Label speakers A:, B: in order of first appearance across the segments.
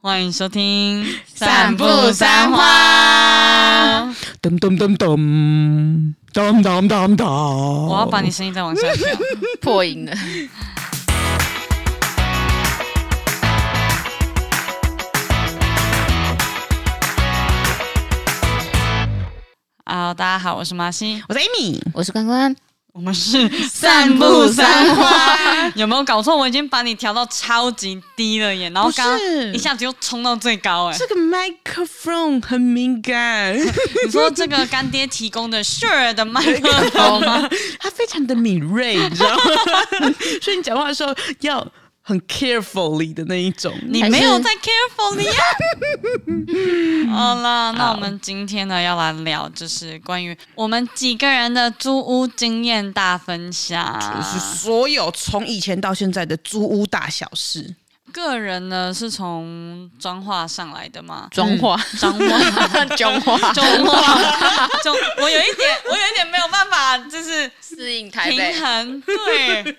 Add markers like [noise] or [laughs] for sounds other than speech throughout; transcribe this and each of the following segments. A: 欢迎收听《
B: 散步三花》。
C: 噔噔噔噔噔噔噔噔，我
A: 我要把你声音再往下调。
B: 破音了。
A: [laughs] 啊，大家好，我是麻西，
C: 我是 Amy，
B: 我是关关，
A: 我们是《。
B: 散步三花》
A: 有没有搞错？我已经把你调到超级低了耶，然后
C: 不是
A: 刚刚一下子又冲到最高哎。
C: 这个麦克风很敏 [laughs] 感，
A: 你说这个干爹提供的 Sure 的麦克风吗？
C: 它非常的敏锐，你知道吗？ [laughs] 所以你讲话的时候要很 carefully 的那一种。
A: 你没有在 carefully 呀、啊好啦，那我们今天呢要来聊，就是关于我们几个人的租屋经验大分享。
C: 是所有从以前到现在的租屋大小事，
A: 个人呢是从彰化上来的 [laughs] 嘛，
B: 妆化，
A: 彰化。 [laughs]
B: [laughs] 妆化，
A: 中化， [laughs] 中，我有一点，我有一点没有办法，就是
B: 适应台北
A: 平衡，对，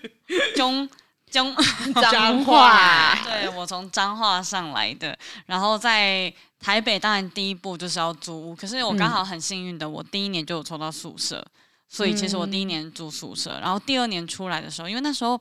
A: [laughs] 中中
B: 彰化
A: [laughs] 对我从彰化上来的，然后在台北，当然第一步就是要租屋。可是我刚好很幸运的，我第一年就有抽到宿舍，所以其实我第一年住宿舍，然后第二年出来的时候，因为那时候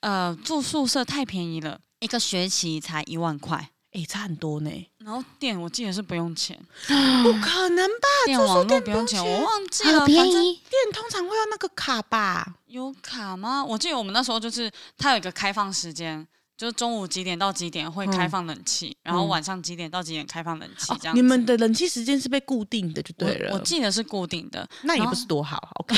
A: 呃住宿舍太便宜了，一个学期才一万块，
C: 哎、差很多呢。
A: 然后电我记得是不用钱，
C: [gasps] 啊不可能吧？
A: 电
C: 住宿
A: 网络
C: 店
A: 不
C: 不
A: 用
C: 用
A: 钱，
C: 钱
A: 我忘记了，
B: 好
A: 反
B: 便
A: 正
B: 宜，
C: 店通常会要那个卡吧？
A: 有卡吗？我记得我们那时候就是它有一个开放时间，就是中午几点到几点会开放冷气，然后晚上几点到几点开放冷气这样子、
C: 嗯哦你们的冷气时间是被固定的就对了。
A: 我我记得是固定的。
C: 那也
A: 然后
C: 不是多好，OK。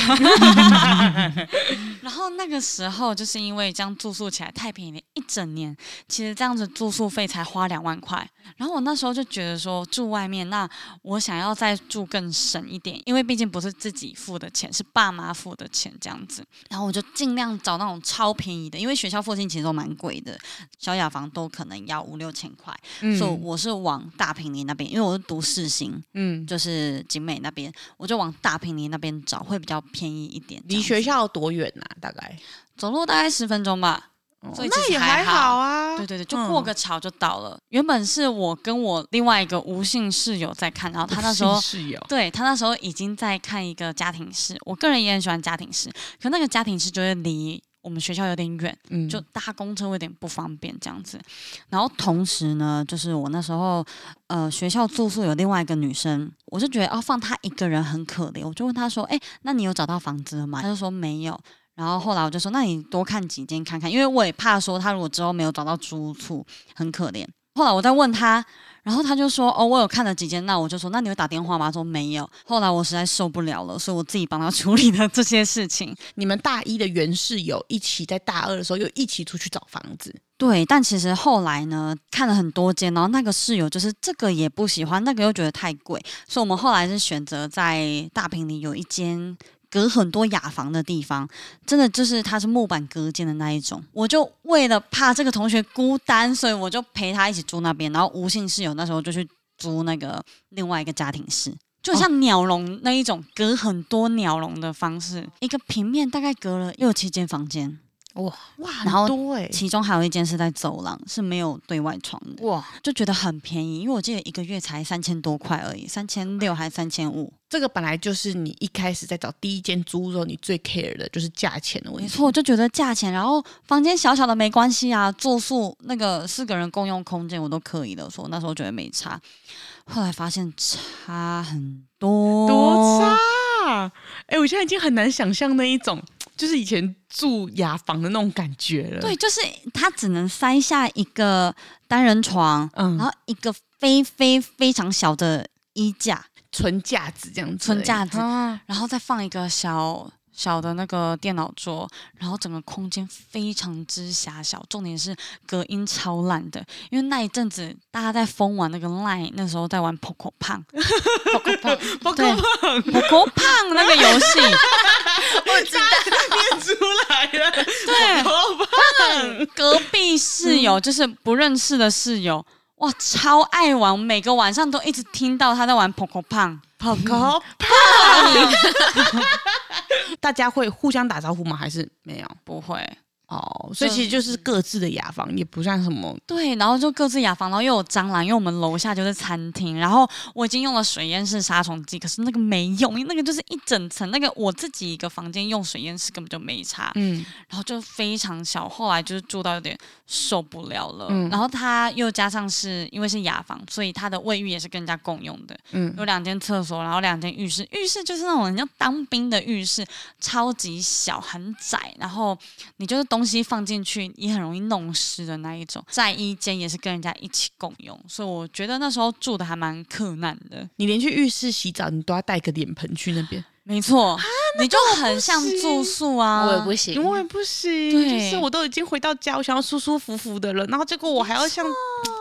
A: 然后那个时候就是因为这样住宿起来太便宜了，一整年其实这样子住宿费才花两万块。然后我那时候就觉得说住外面，那我想要再住更省一点，因为毕竟不是自己付的钱，是爸妈付的钱这样子。然后我就尽量找那种超便宜的，因为学校附近其实都蛮贵的，小雅房都可能要五六千块，所以我是往大平林那边，因为我是读世新，
C: 嗯，
A: 就是景美那边，我就往大平林那边找，会比较便宜一点。
C: 离学校多远呐、大概？
A: 走路大概十分钟吧。
C: 哦
A: 所以其
C: 那
A: 实
C: 也
A: 还好
C: 好啊。
A: 对对对，就过个桥就到了。原本是我跟我另外一个吴姓室友在看，然后他那时候。
C: 室友
A: 对他那时候已经在看一个家庭式，我个人也很喜欢家庭式，可那个家庭式就是离我们学校有点远，
C: 嗯
A: 就搭公车会有点不方便这样子。然后同时呢，就是我那时候呃学校住宿有另外一个女生，我就觉得哦放她一个人很可怜，我就问她说，哎、那你有找到房子了吗？她就说没有。然后后来我就说，那你多看几间看看，因为我也怕说她如果之后没有找到租屋处很可怜。后来我再问她，然后她就说，哦，我有看了几间，那我就说，那你有打电话吗？她说没有。后来我实在受不了了，所以我自己帮她处理了这些事情。
C: 你们大一的原室友一起在大二的时候又一起出去找房子，
A: 对，但其实后来呢，看了很多间，然后那个室友就是这个也不喜欢，那个又觉得太贵，所以我们后来是选择在大坪里有一间隔很多雅房的地方，真的就是它是木板隔间的那一种。我就为了怕这个同学孤单，所以我就陪他一起住那边，然后吴姓室友那时候就去租那个另外一个家庭室。就很像鸟笼那一种隔很多鸟笼的方式，一个平面大概隔了六七间房间，
B: 哇
C: 哇，
A: 然后
C: 很多哎、
A: 其中还有一间是在走廊，是没有对外窗的，
B: 哇，
A: 就觉得很便宜，因为我记得一个月才三千多块而已，三千六还三千五。
C: 这个本来就是你一开始在找第一间租的时候，你最 care 的就是价钱的问
A: 没
C: [laughs] 题。
A: 错，我就觉得价钱，然后房间小小的没关系啊，住宿那个四个人共用空间我都可以的，所以我那时候觉得没差。后来发现差很多，
C: 多差！哎、我现在已经很难想象那一种，就是以前住雅房的那种感觉了。
A: 对，，就是它只能塞下一个单人床，然
C: 嗯，
A: 后一个非非非常小的衣架，
C: 纯价值这样子，
A: 纯价
C: [laughs]
A: 值
C: 啊
A: 然后再放一个小小的那个电脑桌，然后整个空间非常之狭小，重点是隔音超烂的。因为那一阵子大家在疯玩那个 Line，那时候在玩 Poco 胖 [laughs] ，Poco 胖，
C: 包括
A: 对，Poco 胖那个游戏，
C: 出来 [laughs] 了，
A: 对，
C: 包括
A: 隔壁室友就是不认识的室友，哇，超爱玩，每个晚上都一直听到他在玩 Poco 胖。
C: 泡泡大家会互相打招呼吗？还是没有？
A: [laughs] 不会，
C: 哦，所以其实就是各自的雅房，也不算什么。
A: 对，然后就各自雅房，然后又有蟑螂，因为我们楼下就是餐厅，然后我已经用了水烟式杀虫剂，可是那个没用，因为那个就是一整层，那个我自己一个房间用水烟式根本就没差，
C: 嗯，
A: 然后就非常小，后来就是住到有点受不了了，
C: 嗯
A: 然后它又加上是因为是雅房，所以它的卫浴也是跟人家共用的，
C: 嗯
A: 有两间厕所，然后两间浴室，浴室就是那种人家当兵的浴室，超级小很窄，然后你就是东西放进去也很容易弄湿的那一种，在一间也是跟人家一起共用，所以我觉得那时候住的还蛮困难的。
C: 你连去浴室洗澡，你都要带个脸盆去那边。
A: 没错，
B: 啊
A: 你就很像住宿啊，
B: 我也不行，
C: 我也不行，
A: 对
C: 就是我都已经回到家，我想要舒舒服服的了，然后结果我还要像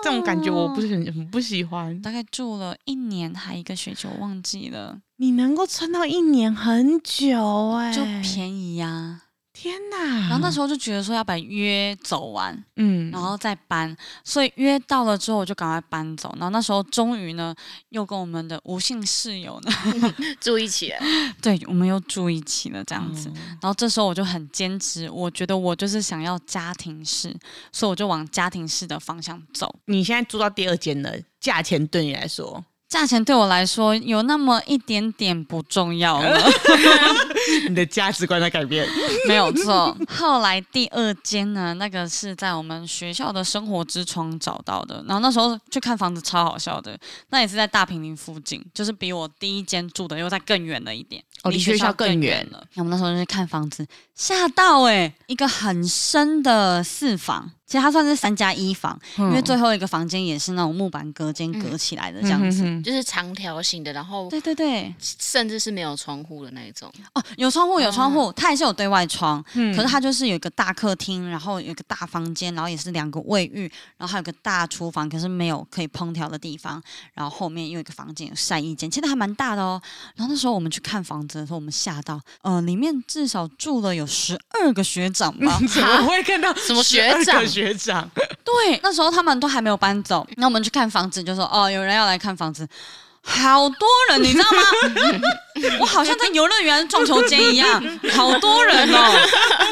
C: 这种感觉，我不是很很不喜欢。
A: 大概住了一年还一个学期，我忘记了，
C: 你能够撑到一年很久哎、
A: 就便宜呀、
C: 天哪！
A: 然后那时候就觉得说要把约走完，
C: 嗯，
A: 然后再搬，所以约到了之后我就赶快搬走。然后那时候终于呢，又跟我们的无姓室友呢， [laughs]
B: 住一起了，
A: 对我们又住一起了这
C: 这
A: 样子。然后这时候我就很坚持，我觉得我就是想要家庭式，所以我就往家庭式的方向走。
C: 你现在住到第二间了，价钱对你来说，
A: 价钱对我来说有那么一点点不重要了，
C: [laughs] 你的价值观在改变。
A: [laughs] 没有错。后来第二间呢，那个是在我们学校的生活之窗找到的。然后那时候去看房子超好笑的，那也是在大平林附近，就是比我第一间住的又在更远了一点，
C: 哦离学校更远
A: 了。那我们那时候就去看房子，吓到哎、一个很深的四房，其实它算是三加一房，因为最后一个房间也是那种木板隔间隔起来的这样子。
C: 嗯哼哼
B: 就是长条形的，然后
A: 对对对，
B: 甚至是没有窗户的那一种，
A: 哦，有窗户，有窗户，它也是有对外窗，
C: 嗯，
A: 可是它就是有一个大客厅，然后有一个大房间，然后也是两个卫浴，然后还有个大厨房，可是没有可以烹调的地方，然后后面又有一个房间有晒衣间，其实还蛮大的哦。然后那时候我们去看房子的时候，我们吓到，呃，里面至少住了有十二个学长吧
C: [laughs] 怎么会看到
B: 什么学
C: 12个
B: 长
C: 学长？
A: 对，那时候他们都还没有搬走，那我们去看房子，就说哦，有人要来看房子。好多人，你知道吗？我好像在游乐园撞球间一样，好多人哦。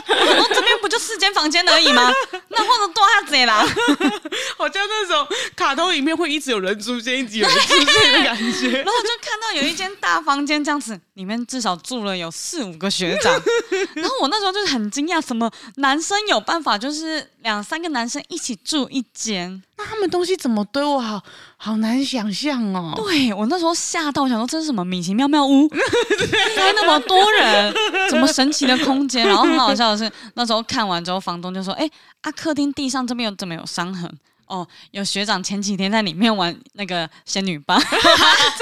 A: 我想说这边不就四间房间而已吗？那或者多下贼啦。
C: 好像那种卡通里面会一直有人出现，一直有人出现的感觉
A: 然。后我就看到有一间大房间这样子，里面至少住了有四五个学长。然后我那时候就是很惊讶，什么男生有办法就是两三个男生一起住一间？
C: 那他们东西怎么堆？我好好难想象哦。
A: 对我那时候吓到，我想说这是什么米奇妙妙屋？该那么多人，怎么神奇的空间？然后很好笑的是，那时候看完之后，房东就说：“哎、啊，客厅地上这边有怎么有伤痕？”哦，有学长前几天在里面玩那个仙女棒， [laughs]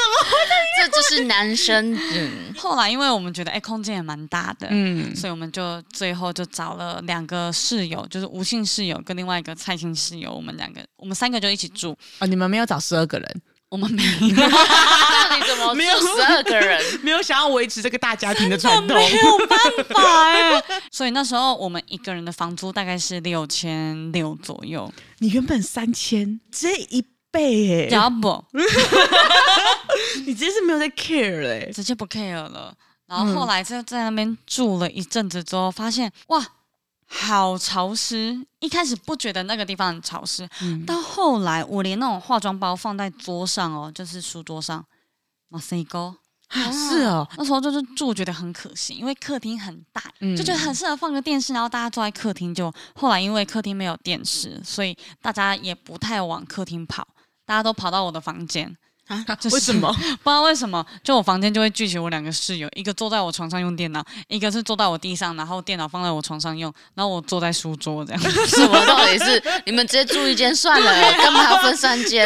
B: 这就是男生，嗯，
A: 后来因为我们觉得哎、空间也蛮大的，
C: 嗯，
A: 所以我们就最后就找了两个室友，就是吴姓室友跟另外一个蔡姓室友，我们两个我们三个就一起住，
C: 哦，你们没有找十二个人，
A: 我们没有
B: [laughs] 到底怎么
C: 没有
B: 住十二个人？
C: 没有想要维持这个大家庭的传统。
A: 没有办法哎、所以那时候我们一个人的房租大概是六千六左右，
C: 你原本三千，直接一倍哎、
A: 要不
C: 你直接是没有在 care 哎、
A: 直接不 care 了。然后后来就在那边住了一阵子之后，发现哇，好潮湿。一开始不觉得那个地方很潮湿，到后来我连那种化妆包放在桌上哦，就是书桌上，马塞沟。
C: 啊是哦，
A: 那时候就是住觉得很可惜，因为客厅很大，
C: 嗯
A: 就觉得很适合放个电视，然后大家坐在客厅就。后来因为客厅没有电视，所以大家也不太往客厅跑，大家都跑到我的房间。 [laughs] 就是
C: 为什么？
A: 不知道为什么，就我房间就会聚集我两个室友，一个坐在我床上用电脑，一个是坐在我地上，然后电脑放在我床上用，然后我坐在书桌这样。 [laughs]
B: 什么到底是你们直接住一间算了，哎 [laughs] 干嘛要分三间？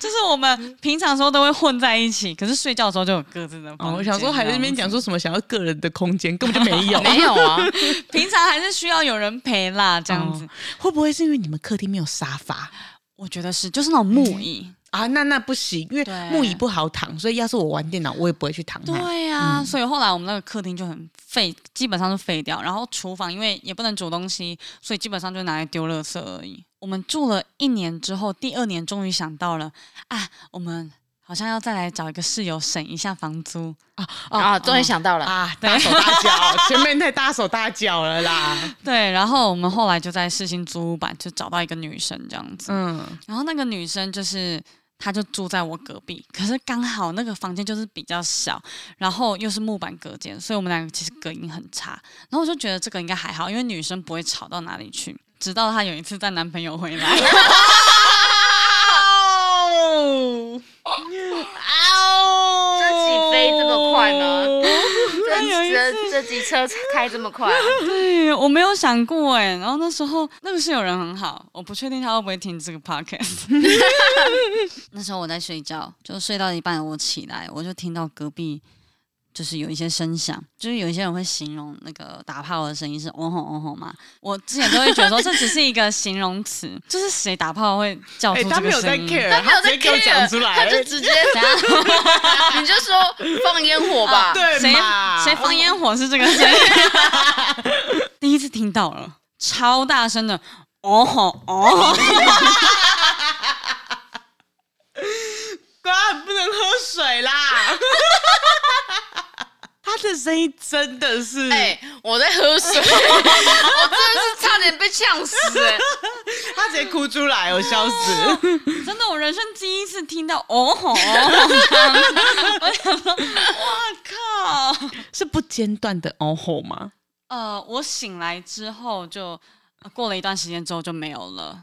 A: 就是我们平常时候都会混在一起，可是睡觉的时候就有各自的房间。
C: [laughs] 哦，我想说还在那边讲说什么想要个人的空间，根本就没 [laughs] 有。
B: 没有啊，
A: 这样子，平常还是需要有人陪啦，这样子。
C: 哦会不会是因为你们客厅没有沙发
A: 我觉得是，就是那种木椅。
C: 啊？那那不行，因为
A: 对
C: 木椅不好躺，所以要是我玩电脑，我也不会去躺它。
A: [laughs] 对呀、啊所以后来我们那个客厅就很废，基本上是废掉。然后厨房因为也不能煮东西，所以基本上就拿来丢垃圾而已。我们住了一年之后，第二年终于想到了啊，我们。好像要再来找一个室友省一下房租。
B: 啊，终于想到了，
C: 啊，大手大脚，前面太大手大脚了啦。
A: 对，然后我们后来就在世新租屋版就找到一个女生这样子，
C: [laughs] 嗯，
A: 然后那个女生就是。她就住在我隔壁，可是刚好那个房间就是比较小，然后又是木板隔间，所以我们两个其实隔音很差。然后我就觉得这个应该还好，因为女生不会吵到哪里去。直到她有一次带男朋友回来，
C: 哦，
B: [laughs] 这起飞这么快吗？
A: 她有一
B: 这这这几车开这么快，
A: 对，我没有想过哎。然后那时候那个室友人很好，我不确定他会不会听这个 podcast。那时候我在睡觉，就睡到一半，我起来，我就听到隔壁就是有一些声响，就是有一些人会形容那个打炮的声音是哦吼哦吼嘛。我之前都会觉得说这只是一个形容词，就是谁打炮会叫
C: 哎，
A: 出
C: 他
A: 这
C: 没有
A: 个
C: 在
A: 声音。
C: care，
B: 他没有
C: 直
B: 在
C: 接给我
B: care，
C: 讲出来
B: 他就
C: 了，
B: 直接，
A: 等下
C: [laughs]
B: 你就说放烟火吧。
C: 对
A: 谁
C: 嘛？
A: 谁放烟火是这个声音？ [laughs] 第一次听到了，超大声的哦吼哦吼。
C: 瓜不能喝水啦！他的声音真的是，
B: 哎、我在喝
C: [laughs]
B: 水，我真的是差点被呛死哎、
C: 他直接哭出来，我笑死。
A: 真的，我人生第一次听到哦吼，哦吼我想说，哇靠！
C: 是不间断的哦吼吗？
A: 呃，我醒来之后就。呃过了一段时间之后就没有了，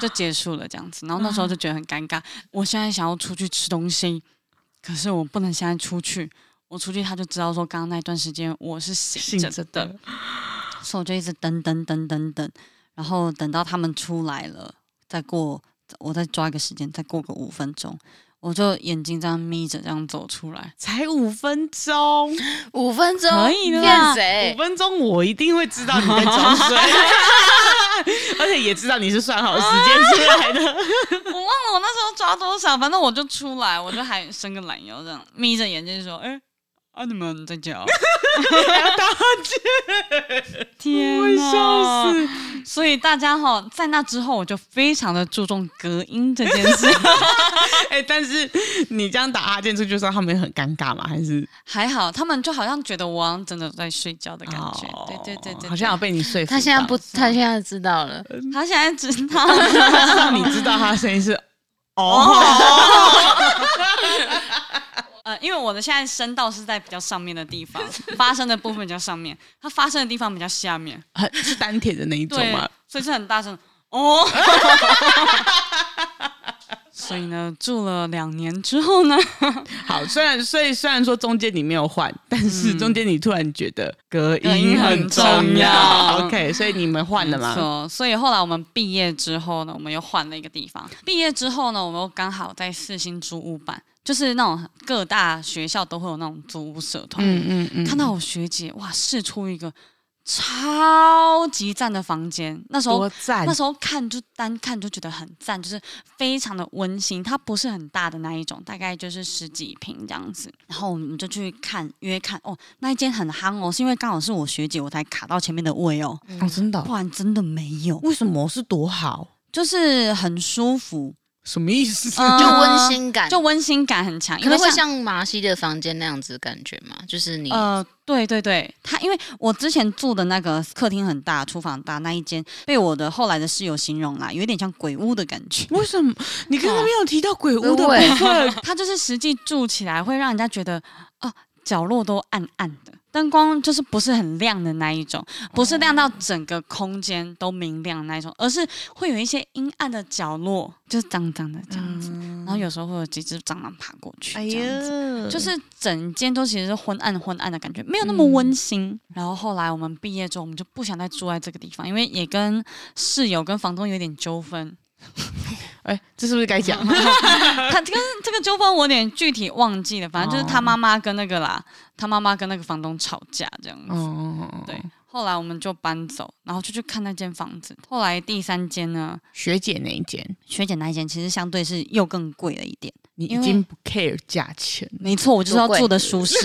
A: 就结束了这样子。然后那时候就觉得很尴尬。我现在想要出去吃东西，可是我不能现在出去。我出去他就知道说，刚刚那段时间我是醒着的，，所以我就一直等等等等等，然后等到他们出来了，再过我再抓一个时间，再过个五分钟，我就眼睛这样眯着这样走出来， [laughs]
C: 才五分钟，
B: 五分钟
A: 可以的啦
B: 骗谁
C: 五？分钟我一定会知道你在装睡， [laughs] 而且也知道你是算好时间出来的。
A: 我忘了我那时候抓多少，反正我就出来，我就还伸个懒腰这样眯着眼睛说，哎、啊你们在家哦？
C: [laughs]
A: 天哪！ [laughs] 哦
C: 笑死！
A: 所以大家哈，在那之后我就非常的注重隔音这件事。 [laughs]
C: 哎、但是你这样打哈欠出去的时候，他们很尴尬吗？还是
A: 还好，他们就好像觉得我好像真的在睡觉的感觉。
C: 哦
A: 对对对对对，
C: 好像有被你说服到。
B: 他现在不，他现在知道了，
A: 他现在知道
C: 让你知道 [laughs] 他的声音是哦， [laughs]
A: 呃，因为我的现在声道是在比较上面的地方，发声的部分比较上面，它发声的地方比较下面，
C: 很是丹田的那一种
A: 对
C: 吗？，
A: 所以是很大声哦。 [laughs] 所以呢，住了两年之后呢，
C: 好，虽然所以虽然说中间你没有换，但是中间你突然觉得隔
A: 嗯隔
C: 音
A: 音
C: 很
A: 很
C: 重
A: 重
C: 要
A: 要。
C: OK，所以你们换了
A: 没
C: 吗？
A: 错，所以后来我们毕业之后呢，我们又换了一个地方。毕业之后呢，我们又刚好在四星租屋版，就是那种各大学校都会有那种租屋社团。
C: 嗯嗯嗯，
A: 看到我学姐哇，试出一个超级赞的房间，那时候
C: 多赞
A: 那！时候看就单看就觉得很赞，就是非常的温馨。它不是很大的那一种，大概就是十几平这样子。然后我们就去看约看哦，那一间很夯哦，是因为刚好是我学姐，我才卡到前面的位哦，
C: 哦，真的哦
A: 不然真的没有，
C: 为什么是多好？
A: 就是很舒服，
C: 什么意思？。
A: 嗯
B: 就温馨感，
A: 就温馨感很强，
B: 可
A: 因
B: 能
A: 为
B: 会像麻西的房间那样子的感觉嘛，就是你、
A: 呃，对对对，他因为我之前住的那个客厅很大，厨房很大那一间，被我的后来的室友形容啦，有一点像鬼屋的感觉
C: 为什么你刚刚没有提到鬼屋的部
B: 鬼
C: 分？
A: 它就是实际住起来会让人家觉得，哦，角落都暗暗的，灯光就是不是很亮的那一种，不是亮到整个空间都明亮的那一种，而是会有一些阴暗的角落，就是脏脏的这样子，然后有时候会有几只蟑螂爬过去，
C: 哎
A: 这样子。
C: 呀，
A: 就是整间都其实是昏暗昏暗的感觉，没有那么温馨。然后后来我们毕业之后，我们就不想再住在这个地方，因为也跟室友跟房东有点纠纷。
C: 哎，这是不是
A: [laughs]
C: 该讲？
A: 他这个这个纠纷我有点具体忘记了，反正就是他妈妈跟那个啦，他妈妈跟那个房东吵架这样子。
C: 哦，
A: 对，后来我们就搬走，然后就去看那间房子。后来第三间呢，
C: 学姐那一间，
A: 学姐那一间其实相对是又更贵了一点。
C: 你已
A: 因为
C: 经不 care 价钱了，
A: 没错，我就是要
B: 多贵
A: 住的舒适。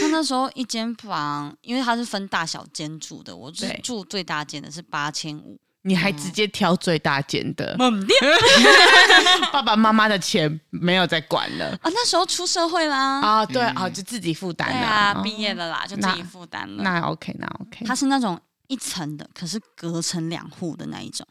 A: 他那时候一间房，因为它是分大小间住的，我是
C: 对
A: 住最大间的是八千五，
C: 你还直接挑最大间的，
A: 猛烈
C: 爸爸妈妈的钱没有再管了
A: 啊！那时候出社会啦，
C: 啊，对啊，就自己负担
A: 嗯对
C: 了
A: 啊，
C: 哦
A: 毕业了啦，就自己负担了。
C: 那 OK，那 OK，
A: 它是那种一层的，可是隔成两户的那一种，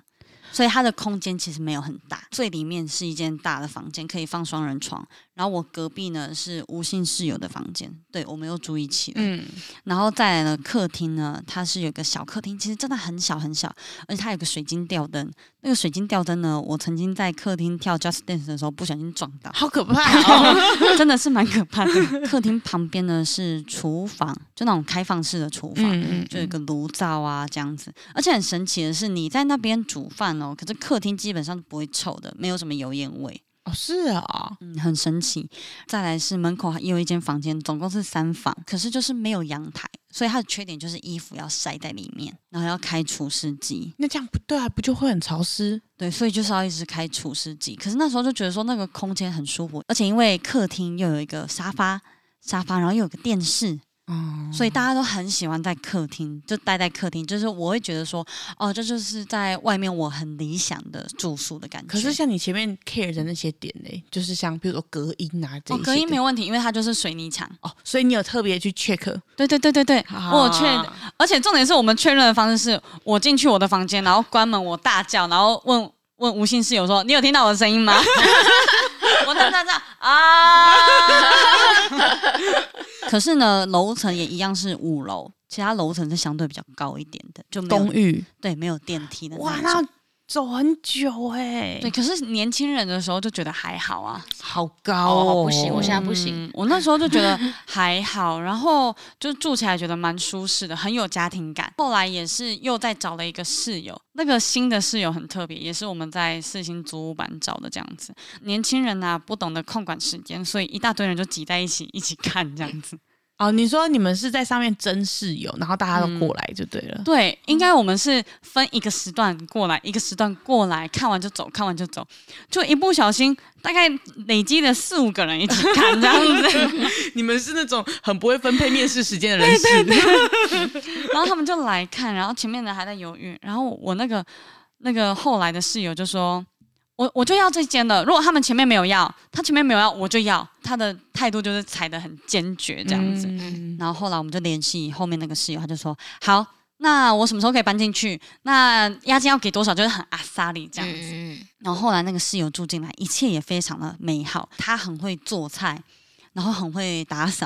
A: 所以它的空间其实没有很大。最里面是一间大的房间，可以放双人床。然后我隔壁呢是无性室友的房间，对我们又住一起了。
C: 嗯，
A: 然后再来呢，客厅呢，它是有一个小客厅，其实真的很小很小，而且它有个水晶吊灯。那个水晶吊灯呢，我曾经在客厅跳 Just Dance 的时候不小心撞到，
C: [laughs] 好可怕哦，
A: 真的是蛮可怕的。客厅旁边呢是厨房，就那种开放式的厨房。
C: 嗯
A: 就有一个炉灶啊，这样子，而且很神奇的是，你在那边煮饭哦，可是客厅基本上不会臭的，没有什么油烟味，
C: 哦是啊，
A: 嗯，很神奇。再来是门口也有一间房间，总共是三房，可是就是没有阳台，所以它的缺点就是衣服要晒在里面，然后要开除湿机，
C: 那这样不对啊，不就会很潮湿？
A: 对，所以就是要一直开除湿机。可是那时候就觉得说那个空间很舒服，而且因为客厅又有一个沙发，沙发然后又有个电视，
C: 哦，
A: 所以大家都很喜欢在客厅，就待在客厅，就是我会觉得说，哦，这就是在外面我很理想的住宿的感觉。
C: 可是像你前面 care 的那些点嘞，就是像比如说隔音啊这
A: 哦
C: 一，些
A: 隔音没
C: 有
A: 有问题，因为它就是水泥墙。
C: 哦，所以你有特别去 check，
A: 对对对对对，我有确认，而且重点是我们确认的方式是我进去我的房间，然后关门，我大叫，然后问问吴姓室友说：“你有听到我的声音吗？” [laughs] 我大大叫啊！ [laughs] 可是呢，楼层也一样是五楼，其他楼层是相对比较高一点的，就没有
C: 公寓，
A: 对没有电梯的
C: 哇，
A: 那种
C: 那走很久哎、
A: 对，，可是年轻人的时候就觉得还好啊。
C: 好高
B: 哦
C: 哦，
B: 不行我现在不行
A: 嗯我那时候就觉得还好，然后就住起来觉得蛮舒适的，很有家庭感。后来也是又再找了一个室友，那个新的室友很特别，也是我们在四星租屋版找的这样子。年轻人啊，不懂得控管时间，所以一大堆人就挤在一起一起看这样子。 [laughs]
C: 哦，你说你们是在上面争室友，然后大家都过来就对了。
A: 对，应该我们是分一个时段过来，一个时段过来，看完就走，看完就走，就一不小心大概累积了四五个人一起看这样子。
C: [laughs] 你们是那种很不会分配面试时间的人士，
A: 然后他们就来看，然后前面的还在犹豫，然后我我那个那个后来的室友就说，我我就要这间的，如果他们前面没有要，他前面没有要，我就要。他的态度就是踩得很坚决这
C: 这
A: 样
C: 样
B: 嗯
A: 子。
C: 子。
A: 然后后来我们就联系后面那个室友，他就说好。那我什么时候可以搬进去？那押金要给多少？就是很阿萨里这样子。
B: 嗯
A: 然后后来那个室友住进来，一切也非常的美好。他很会做菜，然后很会打扫，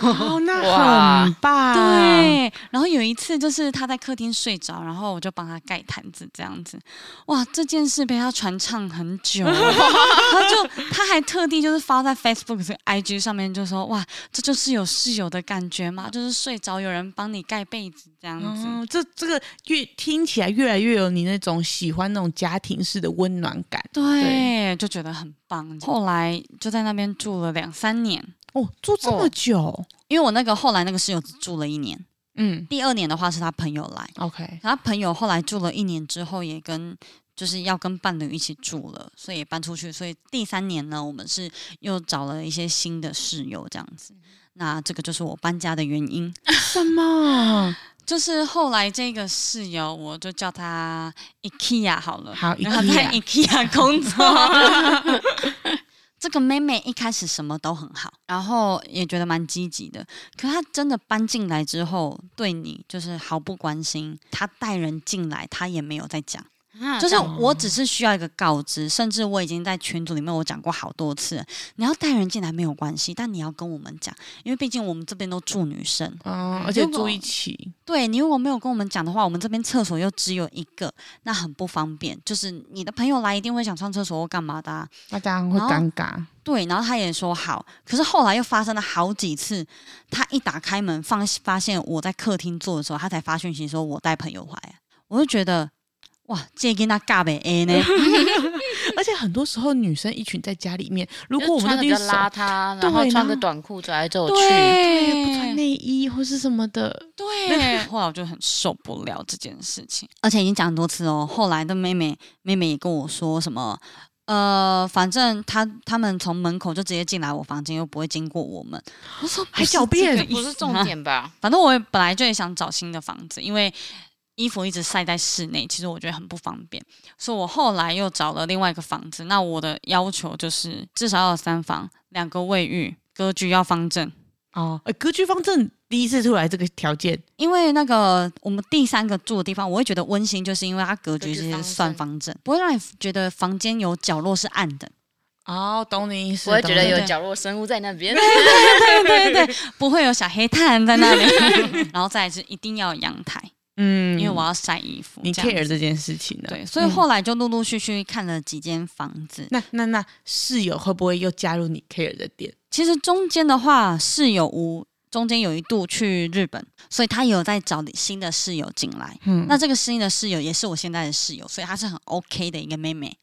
C: 哦，那
B: 哇
C: 很棒。，
A: 对，然后有一次就是他在客厅睡着，然后我就帮他盖毯子这样子。哇，这件事被他传唱很久啊， [laughs] 他就他还特地就是发在 Facebook 这个 IG 上面，就说哇，这就是有室友的感觉嘛，就是睡着有人帮你盖被子这样子。
C: 哦，这这个越听起来越来越有你那种喜欢那种家庭式的温暖感
A: 对，就觉得很棒。后来就在那边住了两三年，
C: 哦，住这么
B: 哦
C: 久，
A: 因为我那个后来那个室友只住了一年，
C: 嗯
A: 第二年的话是他朋友来，
C: ，OK，
A: 他朋友后来住了一年之后，也跟就是要跟伴侣一起住了，所以也搬出去。所以第三年呢，我们是又找了一些新的室友这样子。那这个就是我搬家的原因，
C: 什么？
A: 就是后来这个室友，我就叫他 IKEA 好了，
C: 好
A: 然后他在
C: ，IKEA
A: IKEA 工作。 [laughs] 这个妹妹一开始什么都很好，然后也觉得蛮积极的。可她真的搬进来之后，对你就是毫不关心。她带人进来，她也没有在讲。
B: 啊
A: 嗯就是
B: 这样
A: 我只是需要一个告知，甚至我已经在群组里面我讲过好多次，你要带人进来没有关系，但你要跟我们讲，因为毕竟我们这边都住女生，
C: 嗯，而且
A: 如果
C: 住一起，
A: 对你如果没有跟我们讲的话，我们这边厕所又只有一个，那很不方便。就是你的朋友来一定会想上厕所或干嘛的、啊，
C: 那当然会
A: 然后
C: 尴尬。
A: 对。然后他也说好，可是后来又发生了好几次，他一打开门放发现我在客厅坐的时候，他才发讯息说我带朋友回来，啊我就觉得哇，这跟他尬呗 A 呢，
C: 而且很多时候女生一群在家里面，如
B: 就
C: 果我们
B: 穿的
C: 那
B: 比
C: 边
B: 较
C: 手
B: 邋遢，
C: 对
B: 然后
C: 然
B: 穿个
C: 后
B: 短裤走来走去，
A: 啊对，啊
C: 不穿内衣或是什么的，
A: 对， [laughs] 后来我就很受不了这件事情，而且已经讲很多次哦。后来的妹妹妹妹也跟我说什么，呃，反正她他们从门口就直接进来我房间，又不会经过我们。我说
C: 还狡辩
A: 不
B: 不
A: 是
B: 是
A: 重
B: 重
A: 点。
B: 点吧？
A: 反正我本来就也想找新的房子，因为衣服一直晒在室内，其实我觉得很不方便，所以我后来又找了另外一个房子。那我的要求就是至少要有三房，两个卫浴，格局要方正。
C: 哦，呃，格局方正第一次出来这个条件，
A: 因为那个我们第三个住的地方，我会觉得温馨，就是因为它格局
B: 格局
A: 其实
B: 方
A: 算
B: 正
A: 方正，不会让你觉得房间有角落是暗
C: [laughs]
A: 的，
C: 哦，懂你意思
B: 我会觉得
A: 懂
B: 有
A: 对啊
B: 角落生物在那边。
A: 对对对，不会有小黑炭在那里。 [laughs] 然后再来是一定要有阳台，
C: 嗯
A: 因为我要晒衣服。
C: 你
A: 这样
C: care 这件事情啊的，
A: 对，所以后来就陆陆续续看了几间房子。
C: 那那那室友会不会又加入你 care 的点？
A: 其实中间的话，室友无中间有一度去日本，所以他也有在找新的室友进来。
C: 嗯
A: 那这个新的室友也是我现在的室友，所以她是很 OK 的一个妹妹。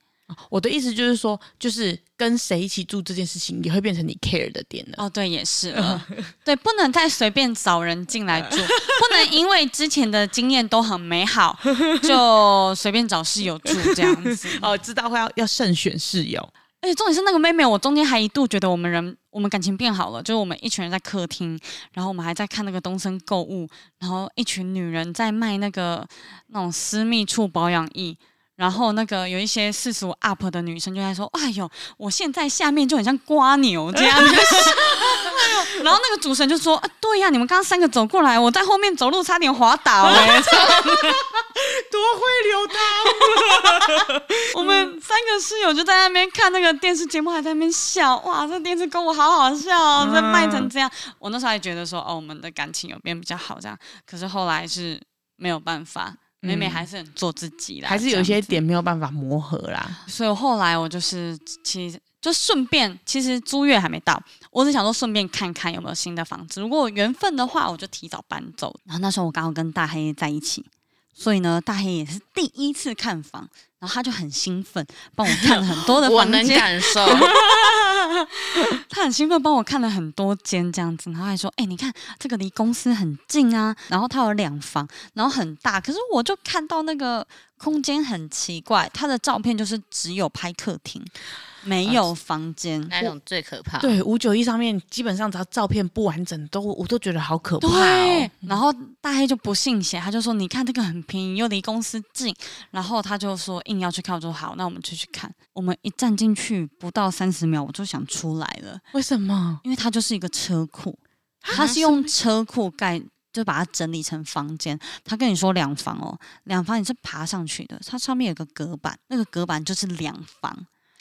C: 我的意思就是说，就是跟谁一起住这件事情也会变成你 care 的点了。
A: 哦，对，也是了，对，不能再随便找人进来住，不能因为之前的经验都很美好，就随便找室友住这样子。
C: 哦，知道会要要慎选室友。
A: 而且重点是那个妹妹，我中间还一度觉得我们人我们感情变好了，就是我们一群人在客厅，然后我们还在看那个东森购物，然后一群女人在卖那个那种私密处保养液。然后那个有一些四十五 up 的女生就在说：“哎呦，我现在下面就很像瓜牛这样。” [laughs] 然后那个主持人就说：“啊、对呀、你们刚刚三个走过来，我在后面走路差点滑倒哎、
C: [laughs] 多会嗯流的，
A: [laughs] 我们三个室友就在那边看那个电视节目，还在那边笑，哇，这电视购物好好笑哦，这卖
C: 嗯
A: 成这样。我那时候还觉得说，哦，我们的感情有变比较好这样，可是后来是没有办法，
C: 嗯
A: 妹妹还是很做自己啦，
C: 还是有一
A: 这样
C: 些点没有办法磨合啦。
A: 所以后来我就是其实就顺便，其实租月还没到，我只想说顺便看看有没有新的房子。如果有缘分的话，我就提早搬走。然后那时候我刚好跟大黑在一起，所以呢，大黑也是第一次看房，然后他就很兴奋，帮我看了很多的
B: [laughs] 我
A: 房
B: 能
A: 间，
B: 感受，啊
A: 他很兴奋帮我看了很多间这样子，然后还说：“哎、你看这个离公司很近啊，然后它有两房，然后很大。”可是我就看到那个空间很奇怪，他的照片就是只有拍客厅，没有房间。
B: 哪一种最可怕？
C: 对，五九一上面基本上只要照片不完整，都我都觉得好可怕
A: 对
C: 哦。，
A: 然后大黑就不信邪，他就说：“你看这个很便宜，又离公司近。”然后他就说硬要去看，我就说：“好，那我们就去看。”我们一站进去不到三十秒，我就想出来了，
C: 为什么？
A: 因为它就是一个车库，
C: 啊
A: 它是用车库盖。就把它整理成房间。他跟你说两房哦，两房你是爬上去的，它上面有个隔板，那个隔板就是两房。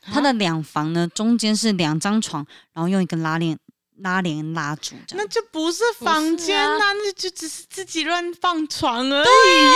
C: 啊
A: 它的两房呢，中间是两张床，然后用一个拉链拉链拉住这样。
C: 那就不是房间
A: 啊
C: 呐、那就只是自己乱放床而已。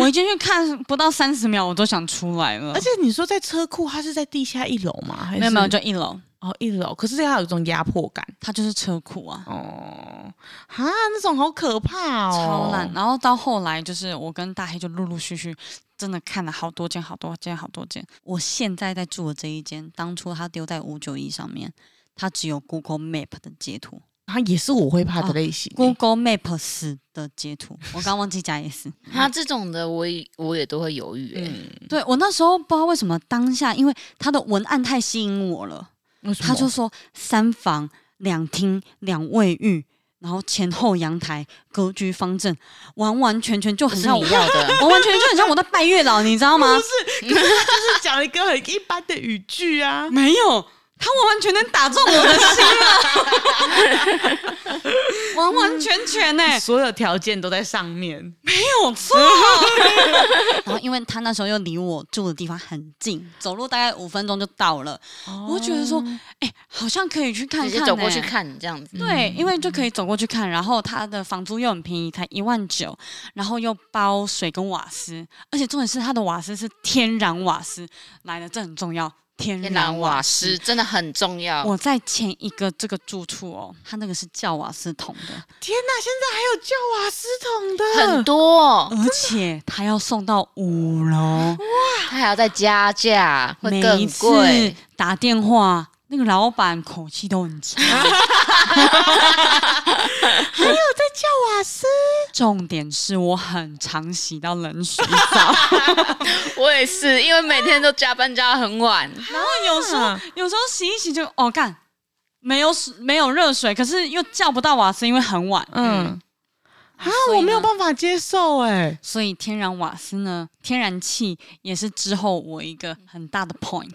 A: 我一进去看不到三十秒，我都想出来了。
C: 而且你说在车库，它是在地下一楼吗？还是
A: 没有没有，就一楼，
C: 哦一楼，可是它有一种压迫感
A: 它就是车库啊，
C: 哦，哈，那种好可怕哦，
A: 超烂。然后到后来就是我跟大黑就陆陆续续真的看了好多间、好多间、好多间。我现在在住的这一间，当初它丢在五九一上面，它只有 Google Map 的截图
C: 它也是我会怕的类型、欸。
A: ，Google Map 死的截图，我刚忘记加 S。
B: 他这种的我也我也都会犹豫、欸，
A: 对我那时候不知道为什么当下，因为它的文案太吸引我了。
C: 为什么
A: 他就说三房两厅两卫浴，然后前后阳台，格局方正，完完全全就
B: 不
A: 很
B: 是
A: 像我。
B: 你，要的 [laughs]
A: 完完全全就很像我在拜月老，你知道吗？，
C: 就是讲一个很一般的语句啊 [laughs]
A: 没有，他完完全全打中我的心了，完完全全欸呢、
C: 所有条件都在上面。
A: 没有错。 [laughs] 然后因为他那时候又离我住的地方很近，走路大概五分钟就到了，我就觉得说，哎、好像可以去看看、
B: 直接
A: 欸，
B: 走过去看这样子，
A: 对，因为就可以走过去看，然后它的房租又很便宜，才一万九，然后又包水跟瓦斯，而且重点是它的瓦斯是天然瓦斯来的，这很重要，天
B: 天然
A: 瓦
B: 瓦斯。真的很重要。
A: 我在前一个这个住处哦，它那个是叫瓦斯桶的，
C: 天哪，现在还有叫瓦斯桶哦的，啊
B: 很多，
A: 而且它要送到五楼，
B: 它还要再加价，会
A: 每一
B: 更
A: 次
B: 贵。
A: 打电话，那个老板口气都很
C: [laughs]
A: 差。
C: 还有在叫瓦斯。
A: 重点是我很常洗到冷
C: [laughs]
A: 水澡。
B: 我也是，因为每天都加班加到很晚，
A: 然后有时候
C: 啊
A: 有时候洗一洗就哦干，没有水没有热水，可是又叫不到瓦斯，因为很晚。
C: 嗯，啊，
A: 所以
C: 我没有
A: 呢
C: 办法接受哎、
A: 所以天然瓦斯呢，天然气也是之后我一个很大的 [laughs] point，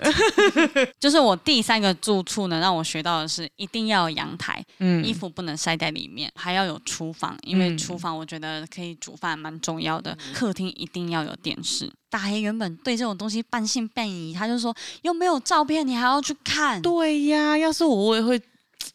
A: 就是我第三个住处呢，让我学到的是一定要有阳台，
C: 嗯
A: 衣服不能晒在里面，还要有厨房，因为
C: 嗯
A: 厨房我觉得可以煮饭蛮重要的。客厅一定要有电视。嗯大黑原本对这种东西半信半疑，他就说又没有照片，你还要去看。
C: 对呀，要是我我也会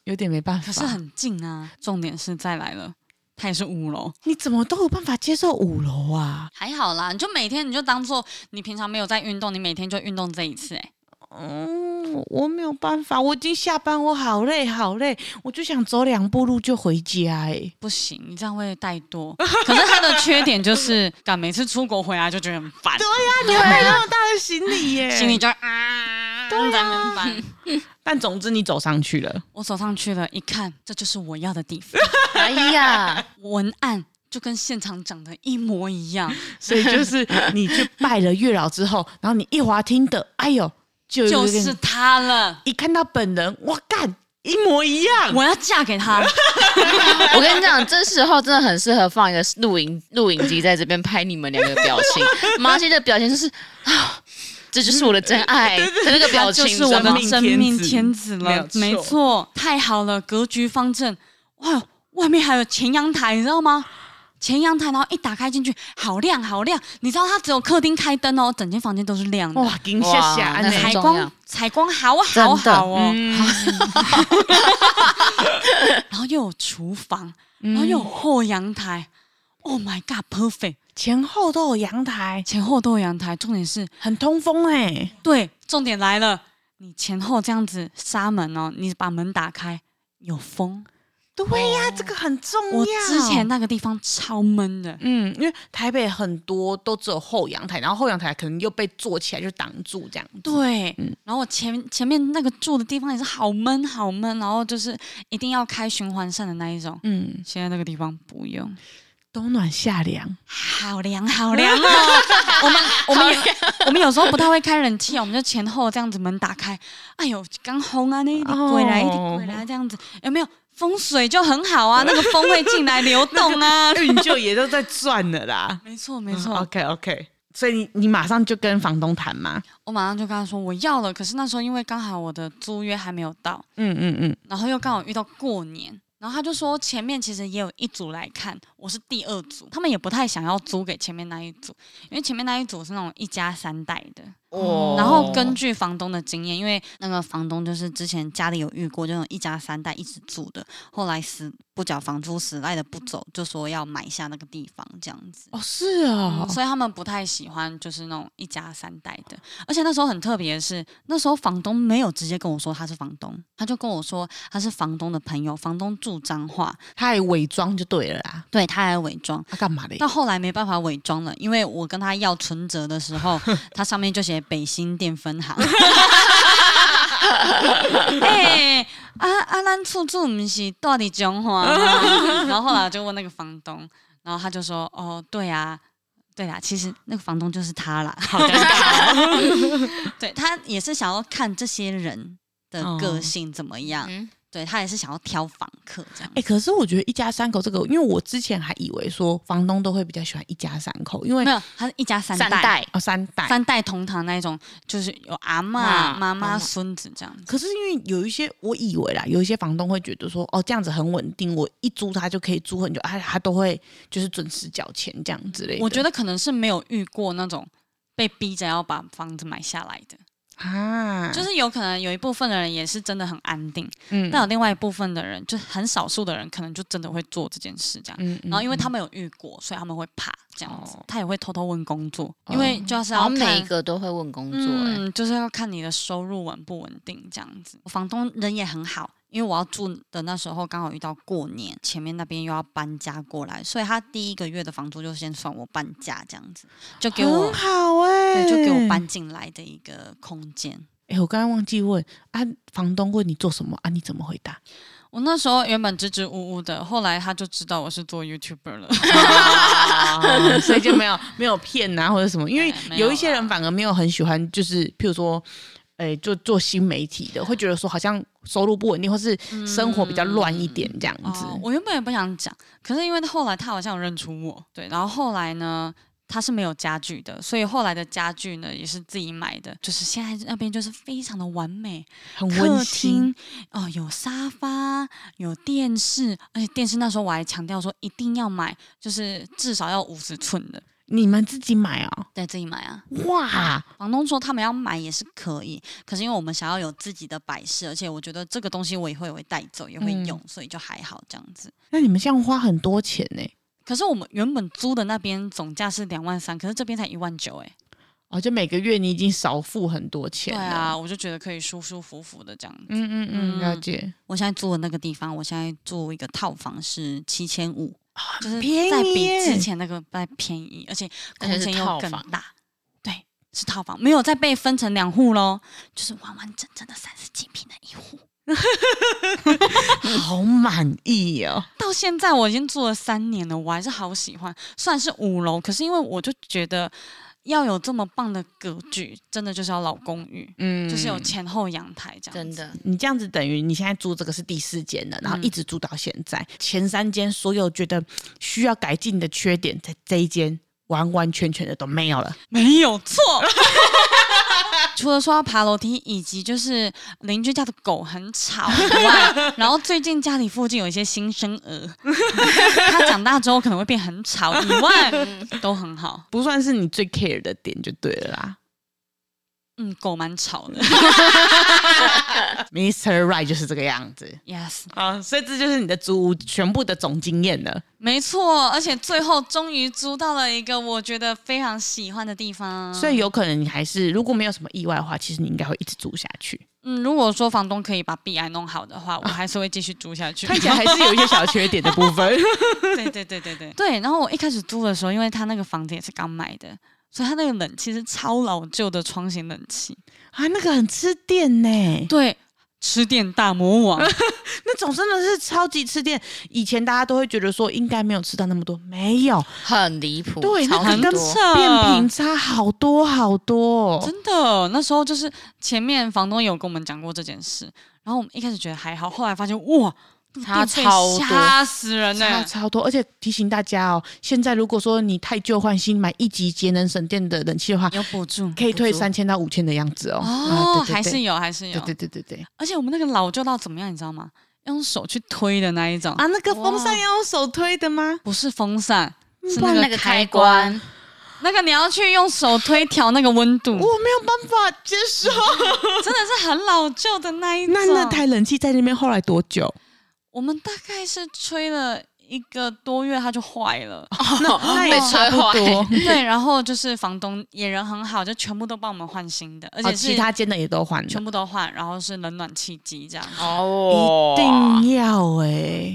C: 有点没办法。
A: 可是很近啊，重点是再来了，它也是五楼，
C: 你怎么都有办法接受五楼啊？
A: 还好啦，你就每天你就当做你平常没有在运动，你每天就运动这一次、欸，
C: 嗯，我没有办法，我已经下班，我好累好累，我就想走两步路就回家哎、
A: 不行，你这样会怠惰。 [laughs] 可是它的缺点就是，赶每次出国回来就觉得很烦，
C: 啊你还带那么大的行李耶、
A: [laughs] 心里就啊，
C: 对啊
A: 在那边烦。
C: 啊但总之你走上去了，
A: 我走上去了，一看，这就是我要的地方，
B: 哎呀，
A: 文案就跟现场长得一模一样，
C: [laughs] 所以就是你去拜了月老之后，然后你一滑听的，哎呦，就有
A: 就
C: 点
A: 是它了，
C: 一看到本人，我干一模一样。
A: 我要嫁给
C: [laughs]
A: 他。
B: 我跟你讲，这时候真的很适合放一个录影录影机在这边拍你们两个的表情。麻西的表情就是啊，这就是我的真 [laughs] 爱，的那个表
A: 就
B: 情，你
A: 是
B: 知道
A: 我
B: 吗
A: 的真命天子
C: 没
A: 了
C: 有，错
A: 没错，太好了，格局方正，哇，外面还有前阳台，你知道吗？前阳台，然后一打开进去，好亮好亮，你知道它只有客厅开灯哦，整间房间都是亮的，
C: 哇，惊吓吓
B: 哇
C: 安呢
B: 那很
A: 采
B: 重
A: 光
B: 要
A: 采光好好
B: 真的
A: 好哦，
C: 嗯
A: [laughs] 然后又有厨房，然
B: 嗯
C: 嗯
A: 后又有后阳台。Oh my god, perfect！
C: 前后都有阳台，
A: 前后都有阳台，重点是
C: 很通风哎、
A: 对，重点来了，你前后这样子纱门哦，你把门打开，有风。
C: 对呀、这个很重
B: 嗯
C: 要。
A: 我之前那个地方超闷的，
C: 嗯，因为台北很多都只有后阳台，然后后阳台可能又被做起来就挡住这样。
A: 对，
B: 嗯
A: 然后我前前面那个住的地方也是好闷好闷，然后就是一定要开循环扇的那一种。
C: 嗯，
A: 现在那个地方不用，
C: 冬暖夏凉，，
A: 好凉好凉哦！我们我们也我们有时候不太会开冷气哦，我们就前后这样子门打开，哎呦，刚红啊，那一滴鬼来一滴鬼来这样子，有没有风水就很好啊？那个风会进来流动啊。
C: [laughs] 运就也都在转了啦 [laughs]
A: 没错没错，
C: OK OK，所以你你马上就跟房东谈嘛。
A: 我马上就跟他说我要了，可是那时候因为刚好我的租约还没有到，
C: 嗯嗯嗯，
A: 然后又刚好遇到过年，然后他就说前面其实也有一组来看，我是第二组，他们也不太想要租给前面那一组，因为前面那一组是那种一家三代的，
B: 哦
A: 然后根据房东的经验，因为那个房东就是之前家里有遇过这种一家三代一直住的，后来死不缴房租，死赖的不走，就说要买下那个地方这样子。
C: 哦是啊、
A: 所以他们不太喜欢就是那种一家三代的，而且那时候很特别的是，那时候房东没有直接跟我说他是房东，他就跟我说他是房东的朋友，房东住彰化，
C: 他还伪装就对了啦。
A: 对他还伪装。
C: 他、干嘛嘞？
A: 到后来没办法伪装了，因为我跟他要存折的时 [laughs] 候，他上面就写北新店分 [laughs] 行。哎、啊啊，咱厝住不是到底彰化 [laughs] 吗？然后后来我就问那个房东，然后他就说：“哦，对啊，对啦，其实那个房东就是他啦。”好尴尬、哦 [laughs] 对他也是想要看这些人的个性怎么样，
B: 嗯
A: 对他也是想要挑访客这样
C: 哎、。可是我觉得一家三口这个，因为我之前还以为说房东都会比较喜欢一家三口，因为
A: 没有，他是一家三
B: 三
A: 代。
B: 代
C: 哦三代。
A: 三代同堂那一种，就是有阿嬷、
B: 啊
A: 妈妈、
B: 妈妈
A: 孙子这样子。
C: 可是因为有一些，我以为啦，有一些房东会觉得说，哦，这样子很稳定，我一租他就可以租很久，啊他他都会就是准时缴钱这样之类的。
A: 我觉得可能是没有遇过那种被逼着要把房子买下来的，
C: 啊，
A: 就是有可能有一部分的人也是真的很安定，
C: 嗯
A: 但有另外一部分的人，就很少数的人可能就真的会做这件事这样。
C: 嗯
A: 然后因为他们有遇过，所以他们会怕这样子
C: 哦。
A: 他也会偷偷问工作，
C: 哦
A: 因为就是
B: 然后
A: 要
B: 每一
A: 看。
B: 个都会问工作、欸，
A: 嗯，就是要看你的收入稳不稳定这样子。房东人也很好，因为我要住的那时候刚好遇到过年，前面那边又要搬家过来，所以他第一个月的房租就先算我搬家这样子，就给我
C: 很
B: 啊
C: 好哎、
A: 对，就给我。搬进来的一个空间。
C: 哎、我刚刚忘记问啊，房东问你做什么啊？你怎么回
A: [laughs]
C: 答？
A: 我那时候原本支支吾吾的，后来他就知道我是做 YouTuber 了，
C: 啊、所以就没有没有骗啊或者什么，因为
A: 哎没有
C: 有一些
A: 啦
C: 人反而没有很喜欢，就是譬如说，哎、做做新媒体的，会觉得说好像收入不稳定，或是生活比较乱一点这样子。
A: 哦，我原本也不想讲，可是因为后来他好像有认出我，对，然后后来呢，他是没有家具的，所以后来的家具呢也是自己买的，就是现在那边就是非常的完美，
C: 很
A: 客
C: 温馨
A: 厅，哦、有沙发，有电视，而且电视那时候我还强调说一定要买，就是至少要五十寸的，
C: 你们自己买哦，
A: 对自己买啊。
C: 哇，
A: 房东说他们要买也是可以，可是因为我们想要有自己的摆饰，而且我觉得这个东西我也会会带走，也会
C: 嗯
A: 用，所以就还好这样子。
C: 那你们这样花很多钱呢、
A: 可是我们原本租的那边总价是两万三，可是这边才一万九哎。
C: 哦，就每个月你已经少付很多钱
A: 对
C: 了。
A: 啊，我就觉得可以舒舒服服的这样。
C: 嗯嗯嗯，
A: 嗯
C: 了解。
A: 我现在住的那个地方，我现在住一个套房是七千五，
B: 啊
A: 就是
C: 便宜
A: 再比
C: 耶
A: 之前那个再便宜，而且空
B: 而且
A: 间
B: 是套
A: 又更
B: 房
A: 大。对，是套房，没有再被分成两户喽，就是完完整整的三十几平的一户。
C: 好满意哦！
A: 到现在我已经住了三年了，我还是好喜欢。虽然是五楼，可是因为我就觉得要有这么棒的格局，真的就是要老公寓。
C: 嗯
A: 就是有前后阳台这样。
B: 真，的，
C: 你这样子，等于你现在住这个是第四间了，然后一直住到现在，前三间所有觉得需要改进的缺点，在这一间完完全全的都没有了。
A: 没有错。 [laughs] 除了说要爬楼梯，以及就是邻居家的狗很吵以外，然后最近家里附近有一些新生儿，它长大之后可能会变很吵以外，都很好。
C: 不算是你最 care 的点就对了 [laughs] 啦。
A: 嗯，狗蛮吵的。
C: Mr. Right 就是这个样子
A: Yes，
C: 啊，所以这就是你的租屋全部的总经验了。
A: 没错，而且最后终于租到了一个我觉得非常喜欢的地方。
C: 所以有可能你还是如果没有什么意外的话，其实你应该会一直住下去。
A: 嗯，如果说房东可以把 BI 弄好的话，我还是会继续租下去。
C: [laughs] 看起来还是有一些小缺点的部分。 [laughs]
A: 对对对对对 [laughs] 对。然后我一开始租的时候，因为他那个房子也是刚买的，所以他那个冷气是超老旧的窗型冷气，
C: 啊，那个很吃电呢、
A: 对，吃电大魔 [laughs] 王。
C: 那种真的是超级吃电。以前大家都会觉得说应该没有吃到那么多，没 [laughs] 有，
B: 很离谱，
C: 对，
B: 超
C: 那
B: 很
C: 个跟
B: 多。
C: 变频差好多好多哦。
A: 真的，那时候就是前面房东有跟我们讲过这件事，然后我们一开始觉得还好，后来发现哇，那个
B: 差
A: 电费
B: 超多
A: 吓死人呢、
C: 差超多，而且提醒大家哦，现在如果说你太旧换新，买一级节能省电的冷气的话，
A: 有补助
C: 可以退
B: 足
C: 三千到五千的样子嗯哦。
A: 哦，
C: 啊对对
A: 还是
C: 对
A: 有，还是有。
C: 对对对对对
A: 而且我们那个老旧到怎么样，你知道吗？要用手去推的那一种，
C: 啊，那个
B: 风
C: 风
B: 扇
C: 扇要用手推的吗？
A: 不是风扇，
C: 嗯
A: 是
B: 那
A: 那个
B: 个开
A: 开
B: 关
A: 关。，那个你要去用手推调那个温度
C: 我，没有办法接受。
A: 真的是很老旧的那一种。
C: 那那台冷气在那边后来多久？
A: 我们大概是吹了一个多月，它就坏了。
C: 哦那
B: 哦
C: 也
B: 被吹
C: 差不
B: 坏
C: 多。 [laughs]
A: 对，然后就是房东也人很好，就全部都帮我们换新的，而
C: 而
A: 且是
C: 哦其他间的也都换了，
A: 全部都换，然后是冷暖气机这样。
B: 哦，
C: 一定要哎、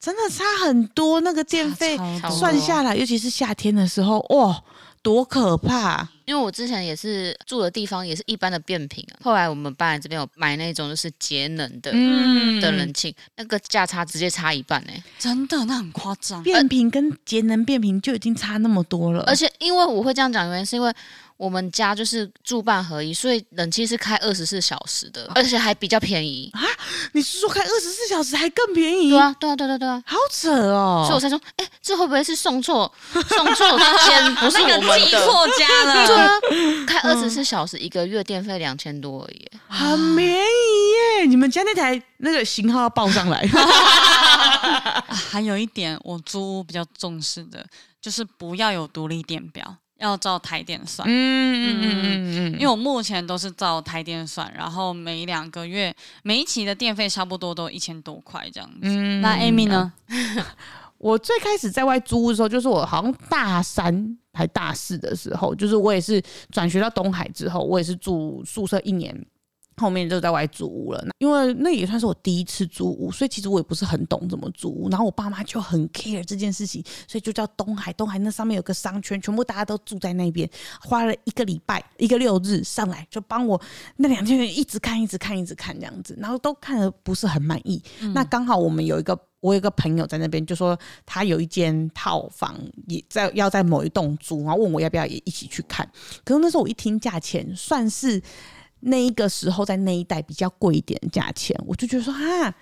C: 真的差很多。那个电费
A: 差
B: 多
C: 算下来，尤其是夏天的时候，哇，多可怕！
B: 因为我之前也是住的地方也是一般的变频啊，后来我们搬来这边有买那种就是节能的、
C: 嗯
B: 的冷气，那个价差直接差一半哎、
A: 真的那很夸张。
C: 变频跟节能变频就已经差那么多了，
B: 而且因为我会这样讲，原因是因为我们家就是住办合一，所以冷气是开二十四小时的，
C: 啊
B: 而且还比较便宜。
C: 你是说开二十四小时还更便宜？
B: 对啊，对啊，对啊对啊。
C: 好扯
B: 所以我
C: 哦！
B: 才说，哎、这会不会是送 [laughs] 错送错间？不是
A: 啊那
B: 我
A: 个
B: 们
A: 记
B: 的。
A: 错家 [laughs]
B: 对
A: 了，
B: 啊，开二十四小时，一个月电费两千多而已。
C: 很便宜耶！你们家那台那个型号要报上来，
A: 啊还有一点我租屋比较重视的，就是不要有独立电表，要照台电算。
C: 嗯嗯嗯
A: 因为我目前都是照台电算，然后每两个月每一期的电费差不多都一千多块这样子。
C: 嗯
A: 那 Amy 呢？
C: 我最开始在外租屋的时候，就是我好像大三还大四的时候，就是我也是转学到东海之后，我也是住宿舍一年。后面就在外租屋了，因为那也算是我第一次租屋，所以其实我也不是很懂怎么租屋。然后我爸妈就很 care 这件事情，所以就叫东海，东海那上面有个商圈，全部大家都住在那边，花了一个礼拜一个六日上来，就帮我那两天一直看一直看一直看这样子，然后都看的不是很满意。那刚好我们有一个我有一个朋友在那边，就说他有一间套房也在要在某一栋租，然后问我要不要也一起去看。可是那时候我一听价钱，算是那一个时候在那一带比较贵一点的价钱，我就觉得说啊，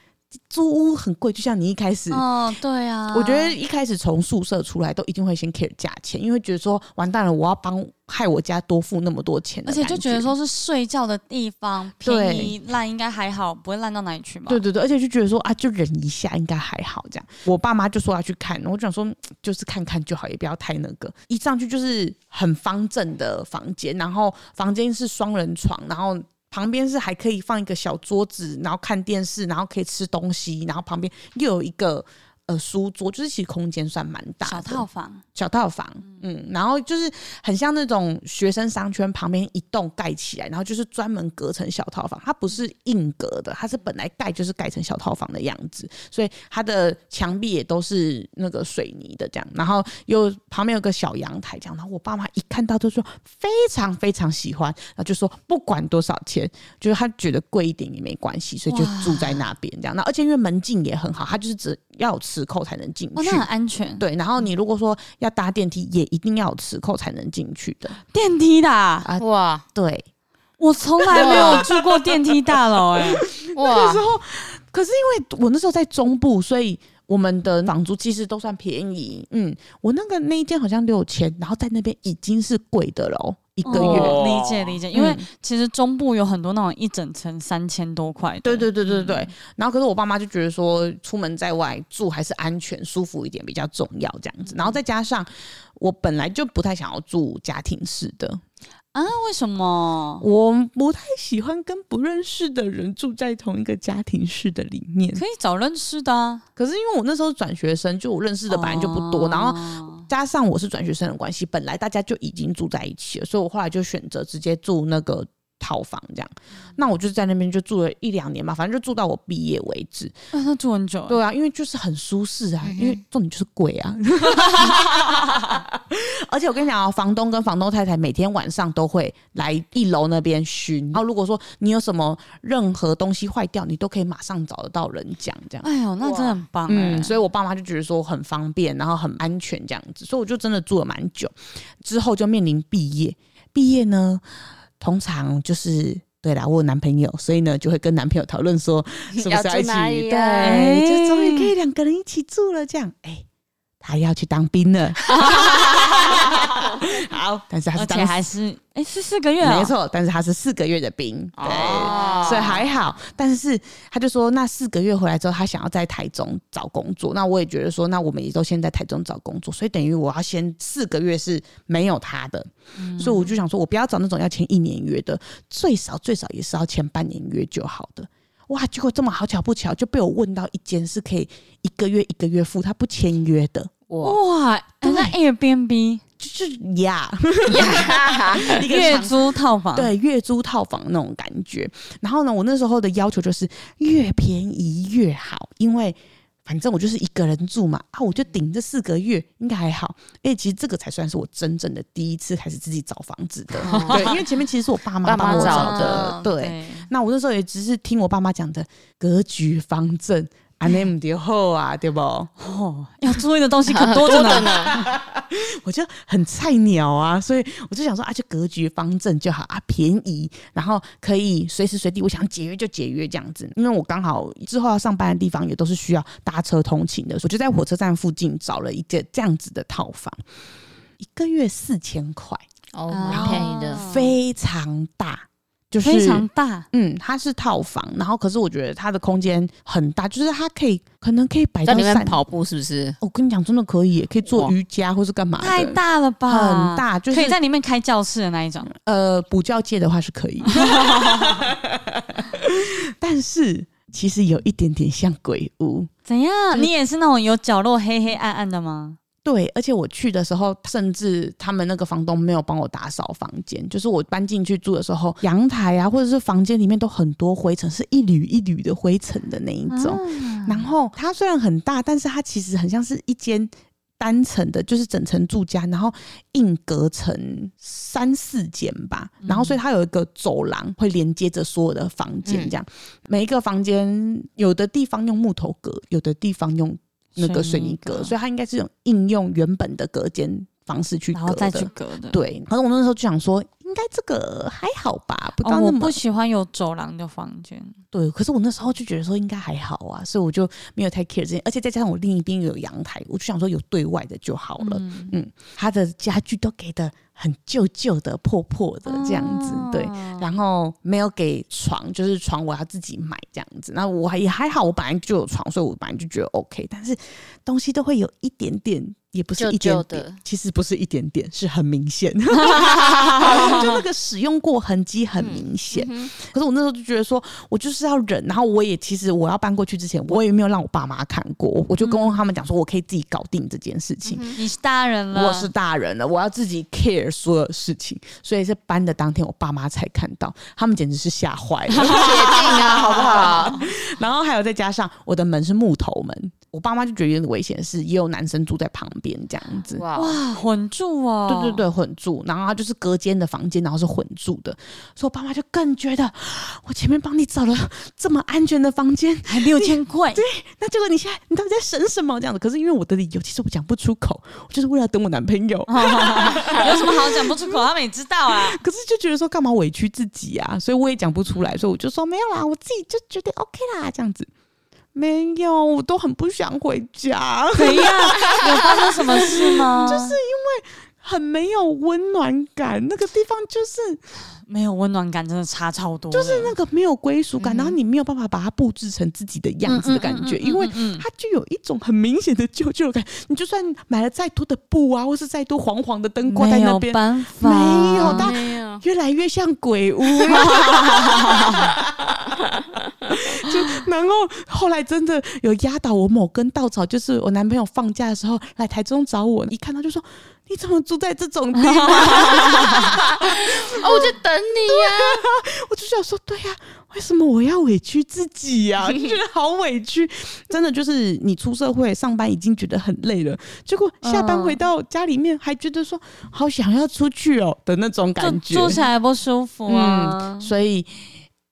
C: 租屋很贵，就像你一开始。
A: 哦，对啊，
C: 我觉得一开始从宿舍出来都一定会先 care 价钱，因为会觉得说完蛋了，我要帮害我家多付那么多钱的
A: 而
C: 感，
A: 且就觉得说是睡觉的地方，
C: 对
A: 便宜烂应该还好，不会烂到哪里去吧？
C: 对对对，而且就觉得说啊，就忍一下应该还好这样。我爸妈就说啊要去看，我就想说嗯就是看看就好，也不要太那个。一上去就是很方正的房间，然后房间是双人床，然后。旁边是还可以放一个小桌子，然后看电视，然后可以吃东西，然后旁边又有一个呃书桌，就是其实空间算蛮大的。
A: 小套房，
C: 小套房，嗯，然后就是很像那种学生商圈旁边一栋盖起来，然后就是专门隔成小套房，它不是硬隔的，它是本来盖就是盖成小套房的样子，所以它的墙壁也都是那个水泥的这样，然后又旁边有个小阳台这样，然后我爸妈一看到就说非常非常喜欢，然后就说不管多少钱，就是他觉得贵一点也没关系，所以就
A: 哇
C: 住在那边这样，然后而且因为门禁也很好，它就是只要有磁扣才能进
A: 哦，
C: 嗯去
A: 那。很安全。
C: 对，然后你如果说要搭电梯，也一定要有磁扣才能进去的。
A: 电梯的啊，
C: 啊
B: 哇
C: 对，
A: 我从来没有住过电梯大楼，
C: [laughs]
A: 哎，
B: 哇，
C: 可是因为我那时候在中部，所以我们的房租其实都算便宜。嗯，我那个那一间好像六千，然后在那边已经是贵的了哦，一个月。
A: 哦
B: 哦
A: 理解理解，因为其实中部有很多那种一整层三千多块的，
C: 对对对对对，然后可是我爸妈就觉得说，出门在外住还是安全舒服一点比较重要，这样子。然后再加上我本来就不太想要住家庭式的，
A: 啊，为什么？
C: 我不太喜欢跟不认识的人住在同一个家庭式的里面。
A: 可以找认识的啊，哦
C: 可是因为我那时候转学生，就我认识的本来就不多，然后
A: 后
C: 加上我是转学生的关系，本来大家就已经住在一起了，所以我后来就选择直接住那个套房这样。那我就在那边就住了一两年吧，反正就住到我毕业为止。
A: 那住很久，
C: 对啊，因为就是很舒适啊，
B: 嗯哼
C: 因为重点就是贵啊。而且我跟你讲啊，房东跟房东太太每天晚上都会来一楼那边巡，然后如果说你有什么任何东西坏掉，你都可以马上找得到人讲这样。
A: 哎呦，那真的很棒哎，
C: 嗯，所以我爸妈就觉得说很方便，然后很安全这样子，所以我就真的住了蛮久。之后就面临毕业，毕业呢，通常就是对啦，我有男朋友，所以呢就会跟男朋友讨论说什么时
B: 要
C: 候
B: 住
C: 一起，
B: 哪里啊
C: 对，就哎终
A: 哎
C: 于可以两个人一起住了。这样，哎、他要去当兵了，好，但是他
A: 而且
C: 是当
A: 还是哎是四个月哎啊
C: 没，错，但是他是四个月的兵，对。
B: 哦
C: 所以还好。但是他就说，那四个月回来之后，他想要在台中找工作。那我也觉得说，那我们也都先在台中找工作，所以等于我要先四个月是没有他的。
B: 嗯
C: 所以我就想说，我不要找那种要签一年约的，最少最少也是要签半年约就好的。哇！结果这么好巧不巧，就被我问到一间是可以一个月一个月付，他不签约的，
B: 哇
A: 哇，哎那 Airbnb
C: 就是呀，
B: 呀，
C: 一个
A: 月
C: 长
A: 租套房，
C: 对，月租套房那种感觉。然后呢，我那时候的要求就是越便宜越好，因为反正我就是一个人住嘛，啊，我就顶这四个月应该还好。哎，其实这个才算是我真正的第一次开始自己找房子的， [laughs]
B: [laughs]
C: 对，因为前面其实是我爸
B: 爸妈
C: 妈帮我
B: 找
C: 的，
A: 嗯
C: 对。，那我那时候也只是听我爸妈讲的格局方正。啊，那唔对好啊，对不？
A: 哦，要注意的东西可多
C: [laughs]
A: 着呢。
B: 呢，
C: 我就啊很菜鸟啊，所以我就想说啊，就格局方正就好啊，便宜，然后可以随时随地我想解约就解约这样子。因为我刚好之后要上班的地方也都是需要搭车通勤的，我就在火车站附近找了一个这样子的套房，一个月四千块，
B: 哦，
A: 啊
B: 蛮便宜的，
A: 哦
C: 非常大，就是
A: 非常大，
C: 嗯，它是套房，然后可是我觉得它的空间很大，就是它可以可能可以摆
B: 在
C: 到
B: 里面
C: 三。
B: 跑步是不是？
C: 我跟你讲，真的可以，可以做
B: 哇
C: 瑜伽或是干嘛的，
A: 太大了吧，
C: 很，大，就是
A: 可以在里面开教室的那一种。
C: 呃，补教界的话是可以， [laughs] 但是其实有一点点像鬼屋。
A: 怎
C: 就
A: 样？
C: 是
A: 你也是那种有角落黑黑暗暗的吗？
C: 对，而且我去的时候，甚至他们那个房东没有帮我打扫房间，就是我搬进去住的时候，阳台啊，或者是房间里面都很多灰尘，是一缕一缕的灰尘的那一种。
A: 嗯啊
C: 然后它虽然很大，但是它其实很像是一间单层的，就是整层住家，然后硬隔成三四间吧。
A: 嗯
C: 然后所以它有一个走廊会连接着所有的房间，
A: 嗯
C: 这样、每一个房间有的地方用木头隔，有的地方用那个水泥隔，所以它应该是用应用原本的隔间方式去
A: 然
C: 隔
A: 后再去
C: 的。
A: 隔的，
C: 对，可是我那时候就想说，应应该这个还好吧，不
A: 哦，
C: 到那
A: 我
C: 么、
A: 不喜欢有走廊的房间，
C: 对。可是我那时候就觉得说应该还好啊，所以我就没有太 care 这件，而且再加上我另一边有阳台，我就想说有对外的就好了。
A: 嗯，
C: 他的家具都给的很旧旧的、破破的这样子，对。
A: 哦
C: 然后没有给床，就是床我要自己买这样子。那我还也还好，我本来就有床，所以我本来就觉得 OK。但是东西都会有一点点，也不是一点
B: 旧旧
C: 点，
B: 的
C: 其实不是一点点，是很
B: [laughs]
C: 明显，就那个使用过痕迹很明显。
B: 嗯
C: 可是我那时候就觉得说，我就是要忍。然后我也其实我要搬过去之前，我也没有让我爸妈看过，我就
B: 嗯
C: 跟他们讲说，我可以自己搞定这件事情。
A: 你是大人了，
C: 我是大人了，我要自己 care 所有事情，所以是搬的当天，我爸妈才看到，他们简直是吓坏了。
B: 决定啊，好不好？
C: 然后还有再加上我的门是木头门，我爸妈就觉得有点危险，是也有男生住在旁边这样子。
B: 哇，
A: 哇混住哦，
C: 对对对，混住，然后他就是隔间的房间，然后是混住的，所以我爸妈就更觉得，我前面帮你找了这么安全的房间，
A: 还六千块，
C: 那结果你现在你到底在省什么这样子？可是因为我的理由其实我讲不出口，我就是为了等我男朋
A: [laughs]
C: 友，
A: 有什么好讲不出口？他们也知道
C: [laughs]
A: 啊。
C: 可是就觉得说干嘛委屈自己啊，所以我也讲不出来，所以我就说没有啦，我自己就觉得 OK 啦，这样子。没有，我都很不想回家， [laughs]
A: 怎样？有发生什么事吗？就是
C: 很没有温暖感。那个地方就是
A: 没有温暖感，真的差超多。就是
C: 那个没
A: 嗯
C: 有归属感，然后你没有办法把它布置成自己的样子的感觉，因为
A: 嗯，
C: 它就有一种很明显的旧旧感。你就算买了再多的布啊，或是再多黄黄的灯挂在
A: 没
C: 那
A: 有
C: 边，
A: 办法，
C: 没有大
B: 没有，
C: 越来越像鬼
B: [laughs]
C: 屋。就然后后来真的有压倒我某根稻草，就是我男朋友放假的时候来台中找我，一看到就说：“你怎么住在这
B: [laughs]
C: 种地方
B: 哦，我在等你呀、？”
C: 我就想说：“对呀、为什么我要委屈自己呀、
B: [laughs]
C: 就觉得好委屈。真的就是你出社会上班已经觉得很累了，结果下班
B: 嗯
C: 回到家里面还觉得说好想要出去哦的那种
A: 就
C: 感觉，
A: 住起来不舒服啊。
C: 所以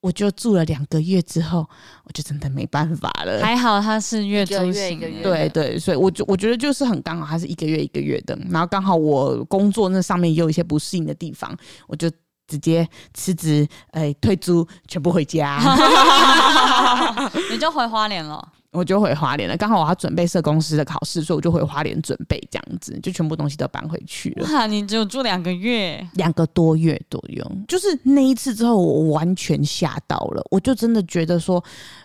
C: 我就住了两个月之后，我就真的没办法了。
A: 还好他是月
B: 一
A: 租
B: 个月一
A: 型
B: 个月
A: 的，
C: 对对，所以我就我觉得就是很刚好，它是一个月一个月的，然后刚好我工作那上面也有一些不适应的地方，我就直接辞职，哎、退租，全部回
A: [laughs]
C: 家，
A: 你就回花莲了。
C: 我就回花莲了。刚好我要准备社公司的考试，所以我就回花莲准备，这样子就全部东西都搬回去了。
A: 哇，你只有住两个月，
C: 两个多月左右，就是那一次之后，我完全吓到了，我就真的觉得说，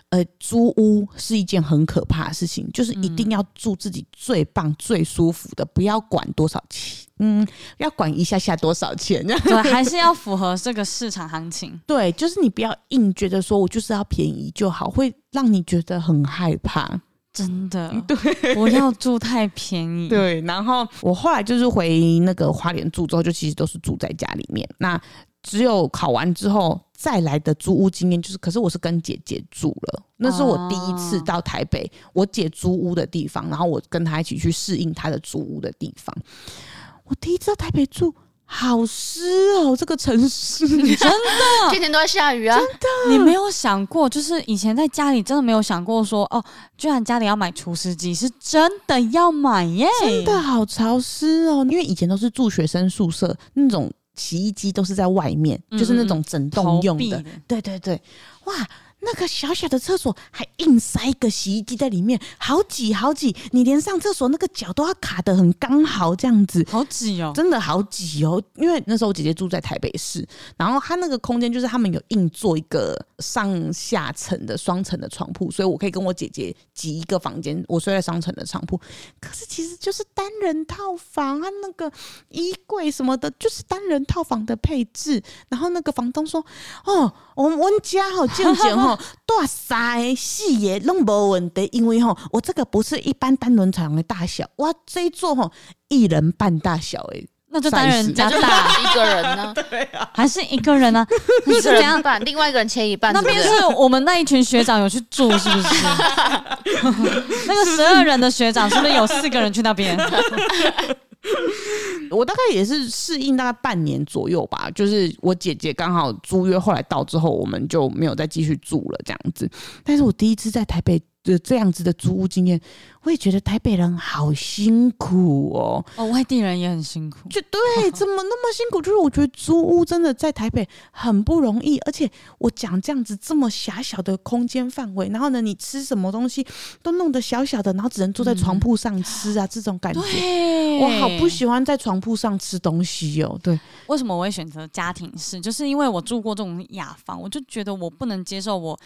C: 呃，租屋是一件很可怕的事情，就是一定要住自己最棒、最舒服的，不要管多少钱，嗯，要管一下下多少钱， [laughs]
A: 对，还是要符合这个市场行情。
C: 对，就是你不要硬觉得说我就是要便宜就好，会让你觉得很害怕。
A: 真的，对，不要住太便宜。
C: 对，然后我后来就是回那个花莲住之后，就其实都是住在家里面。那只有考完之后再来的租屋经验，就是可是我是跟姐姐住了，那是我第一次
A: 哦
C: 到台北，我姐租屋的地方，然后我跟她一起去适应她的租屋的地方。我第一次到台北住。好湿哦，这个城市
A: 真的，
B: 天天都在下雨啊，
A: 你没有想过，就是以前在家里真的没有想过说，哦，居然家里要买除湿机，是真的要买耶！
C: 真的好潮湿哦。因为以前都是住学生宿舍，那种洗衣机都是在外面，就是那种整栋
A: 投
C: 用
A: 币
C: 的，对对对，哇，那个小小的厕所还硬塞一个洗衣机在里面，好挤好挤，你连上厕所那个脚都要卡得很刚好这样子。
A: 好挤哦，
C: 真的好挤哦，因为那时候我姐姐住在台北市，然后她那个空间就是他们有硬做一个上下层的双层的床铺，所以我可以跟我姐姐挤一个房间，我睡在双层的床铺。可是其实就是单人套房，它那个衣柜什么的，就是单人套房的配置。然后那个房东说：“哦，我们我们家吼，静静吼， [laughs] 大三个四个拢无问题，因为吼，我这个不是一般单人床的大小，我这一座吼一人半大小诶。
A: 那就单人加大，
B: 一个人 [laughs] 呢、
A: 还是一个人 [laughs] 呢、你
B: 一
A: 是
B: 个
A: 怎
B: 人
A: 样？
B: 半，另外一个人切一半，
A: 那
B: 是不
A: 边
B: 是？
A: 是我们那一群学长有去住，是不 [laughs] 是？那个十二人的学长是不是有四个人去那 [laughs] 边？
C: 我大概也是适应大概半年左右吧，就是我姐姐刚好租约后来到之后，我们就没有再继续住了这样子。但是我第一次在台北这这样子的租屋经验，我也觉得台北人好辛苦哦。
A: 哦，外地人也很辛苦。
C: 就对，怎么那么辛苦？就是我觉得租屋真的在台北很不容易，而且我讲这样子这么狭小的空间范围，然后呢，你吃什么东西都弄得小小的，然后只能坐在床铺上吃啊，这种感觉，
A: 对，
C: 我好不喜欢在床铺上吃东西哦。对，
A: 为什么我会选择家庭式？就是因为我住过这种雅房，我就觉得我不能接受我。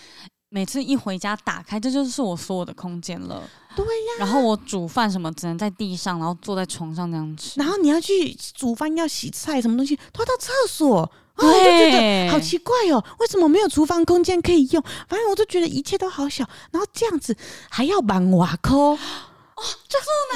A: 每次一回家打开，这就是我所有的空间了。
C: 对
A: 呀、然后我煮饭什么只能在地上，然后坐在床上这样吃。
C: 然后你要去煮饭、要洗菜，什么东西都要到厕所。啊，
A: 哦对
C: 我就觉得好奇怪哦，为什么没有厨房空间可以用？反正我就觉得一切都好小，然后这样子还要绑瓦扣，
B: 哇，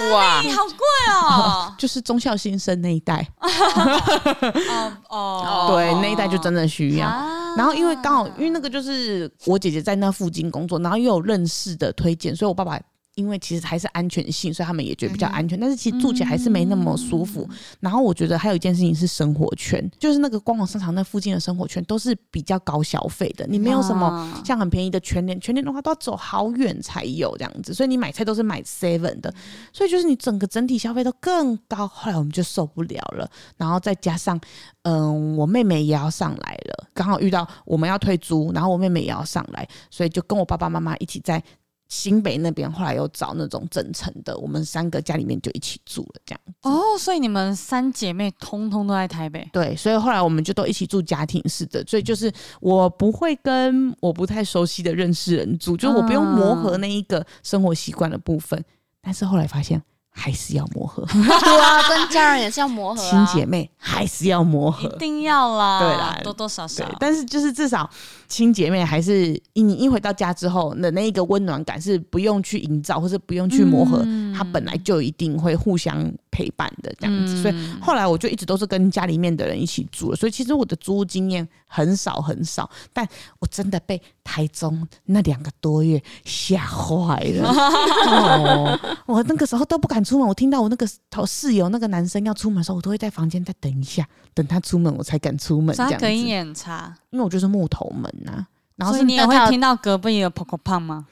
A: 哎，好贵哦！
C: 就是忠孝新生那一代。
A: [laughs] 哦哦
C: 对，那一代就真
A: 的
C: 的需要。
A: 啊
C: 然后因为刚好，因为那个就是我姐姐在那附近工作，然后又有认识的推荐，所以我爸爸因为其实还是安全性，所以他们也觉得比较安全，但是其实住起来还是没那么舒服。然后我觉得还有一件事情是生活圈，就是那个光华商场那附近的生活圈都是比较高消费的，你没有什么
A: 啊
C: 像很便宜的全年，全年的话都要走好远才有这样子，所以你买菜都是买 seven 的，所以就是你整个整体消费都更高。后来我们就受不了了，然后再加上，嗯，我妹妹也要上来了，刚好遇到我们要退租，然后我妹妹也要上来，所以就跟我爸爸妈妈一起在。新北那边后来又找那种整层的，我们三个家里面就一起住了，这样
A: 哦，所以你们三姐妹通通都在台北。
C: 对，所以后来我们就都一起住家庭式的，所以就是我不会跟我不太熟悉的认识人住，就是我不用磨合那一个生活习惯的部分。但是后来发现还是要磨合，
B: 对啊，跟家人也是要磨合
C: 亲
B: 啊。
C: 姐妹还是要磨
A: 一
C: 合。
A: 定要啦，
C: 对啦
A: 多多少少
C: 对，。但是就是至少亲姐妹还是你一回到家之后的那一个温暖感是不用去营造，或是不用去磨合，
A: 嗯
C: 它本来就一定会互相陪伴的这样子。所以嗯后来我就一直都是跟家里面的人一起住了，所以其实我的租屋经验很少很少，但我真的被台中那两个多月吓坏了。
A: [laughs]
C: [laughs] 哦，我那个时候都不敢出门，我听到我那个头室友那个男生要出门的时候，我都会在房间再等一下，等他出门我才敢出门这
A: 所以它
C: 样子。
A: 隔音也很差，
C: 因为我就是木头门呐、然后
A: [laughs] 所
C: 是
A: 以你也
B: 那
A: 会
B: 它
A: 听到隔壁有 poco 胖吗？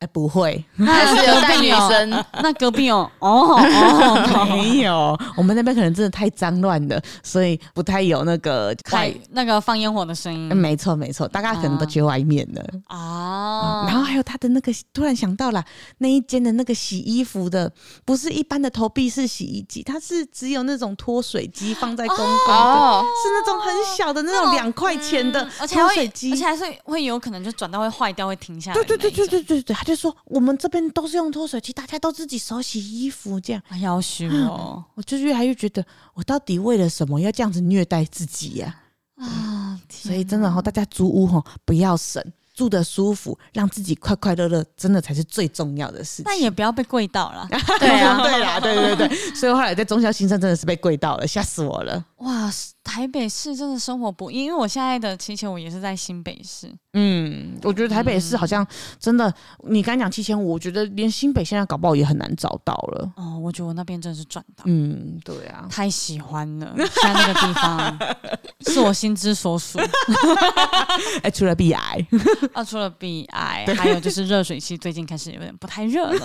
C: 哎、不会，
B: [laughs] 还是有带女
A: 那隔壁有
B: [laughs] 生，
A: [laughs] 那隔壁有哦哦，
C: [laughs] 没有，我们那边可能真的太脏乱了，所以不太有那个
A: 开
C: 外。
A: 那个放烟火的声
C: 嗯
A: 音
C: 没错，没错，大家可能都去外面了。
A: 啊，
C: 嗯然后还有他的那个，突然想到了那一间的那个洗衣服的，不是一般的投币式洗衣机，它是只有那种脱水机放在公共的，
B: 哦
C: 是那种很小的那
A: 那
C: 种
A: 种
C: 两块钱的
A: 嗯而且还
C: 脱
A: 会
C: 水机，
A: 而且还是会有可能就转到会坏掉，会停下来。
C: 对对对对，对对对，他就说我们这边都是用脱水机，大家都自己手洗衣服这样。
A: 哎要虚哦
C: 我就越来越觉得，我到底为了什么要这样子虐待自己呀、
A: 啊！
C: 所以真的哦哈、大家租屋哈、不要省，住的舒服，让自己快快乐乐，真的才是最重要的事情。，
A: 但也不要被跪到了。
B: 对啊
C: 对啦，对对对，所以后来在中小新生真的是被跪到了，吓死我了。
A: 哇，台北市真的生活不易，因为我现在的骑前我也是在新北市，
C: 嗯，我觉得台北市好像真的，你刚讲七千五，我觉得连新北现在搞不好也很难找到了。
A: 哦，我觉得我那边真的是赚到。
C: 嗯，对啊，
A: [laughs] 太喜欢了，现在那个地方是我心之所
C: [laughs]
A: 属。
C: 哎、除了 B I，
A: 啊，除了 B I，还有就是热水器最近开始有点不太热
C: [laughs]
A: 了。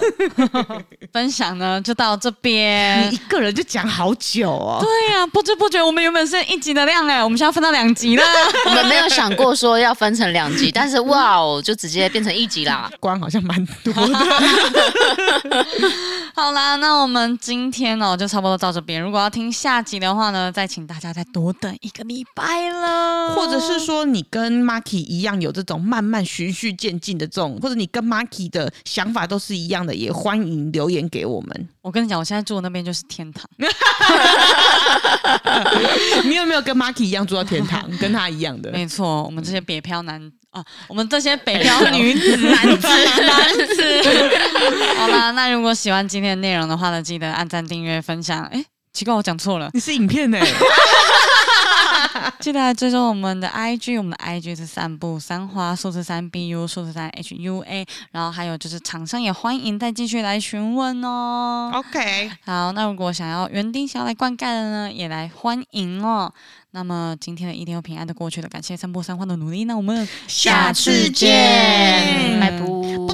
A: 分享呢就到这边
C: [laughs] 你一。个人就讲好久
A: 哎
C: 哦。
A: 对呀、不知不觉我们原本是一集的量哎，我们现在分到两集
C: [laughs]
A: 了。
B: 我们没有想过说要分成两集，但是哇哦，就直接变成一集啦。
C: 光好像蛮多的。
A: 好啦，那我们今天哦就差不多到这边。如果要听下集的话呢，再请大家再多等一个礼拜了，
C: 或者是说你跟 Marky 一样有这种慢慢循序渐进的这种，或者你跟 Marky 的想法都是一样的，也欢迎留言给我 [laughs] 们。
A: 我跟你讲，我现在住的那边就是天堂。
C: 你有没有跟 Marky 一样住到天 [laughs] 堂，跟他一样的？
A: 没错，我们这些北漂男啊，我们这些嗯北漂 [laughs] 女子、男子、男子。好啦，那如果喜欢今天的内容的话呢，记得按赞、订阅、分享。哎，奇怪，我讲错了，
C: 你是影片欸呢、
A: 记得来追踪我们的 IG，我们的 IG 是散步三花数字三 BU 数字三 HUA，然后还有就是厂商也欢迎再继续来询问哦。
C: [laughs] OK，
A: 好，那如果想要园丁想要来灌溉的呢，也来欢迎哦。那么今天的一天又平安的过去了，感谢三步三花的努力，那我们
C: 下
B: 次见拜拜。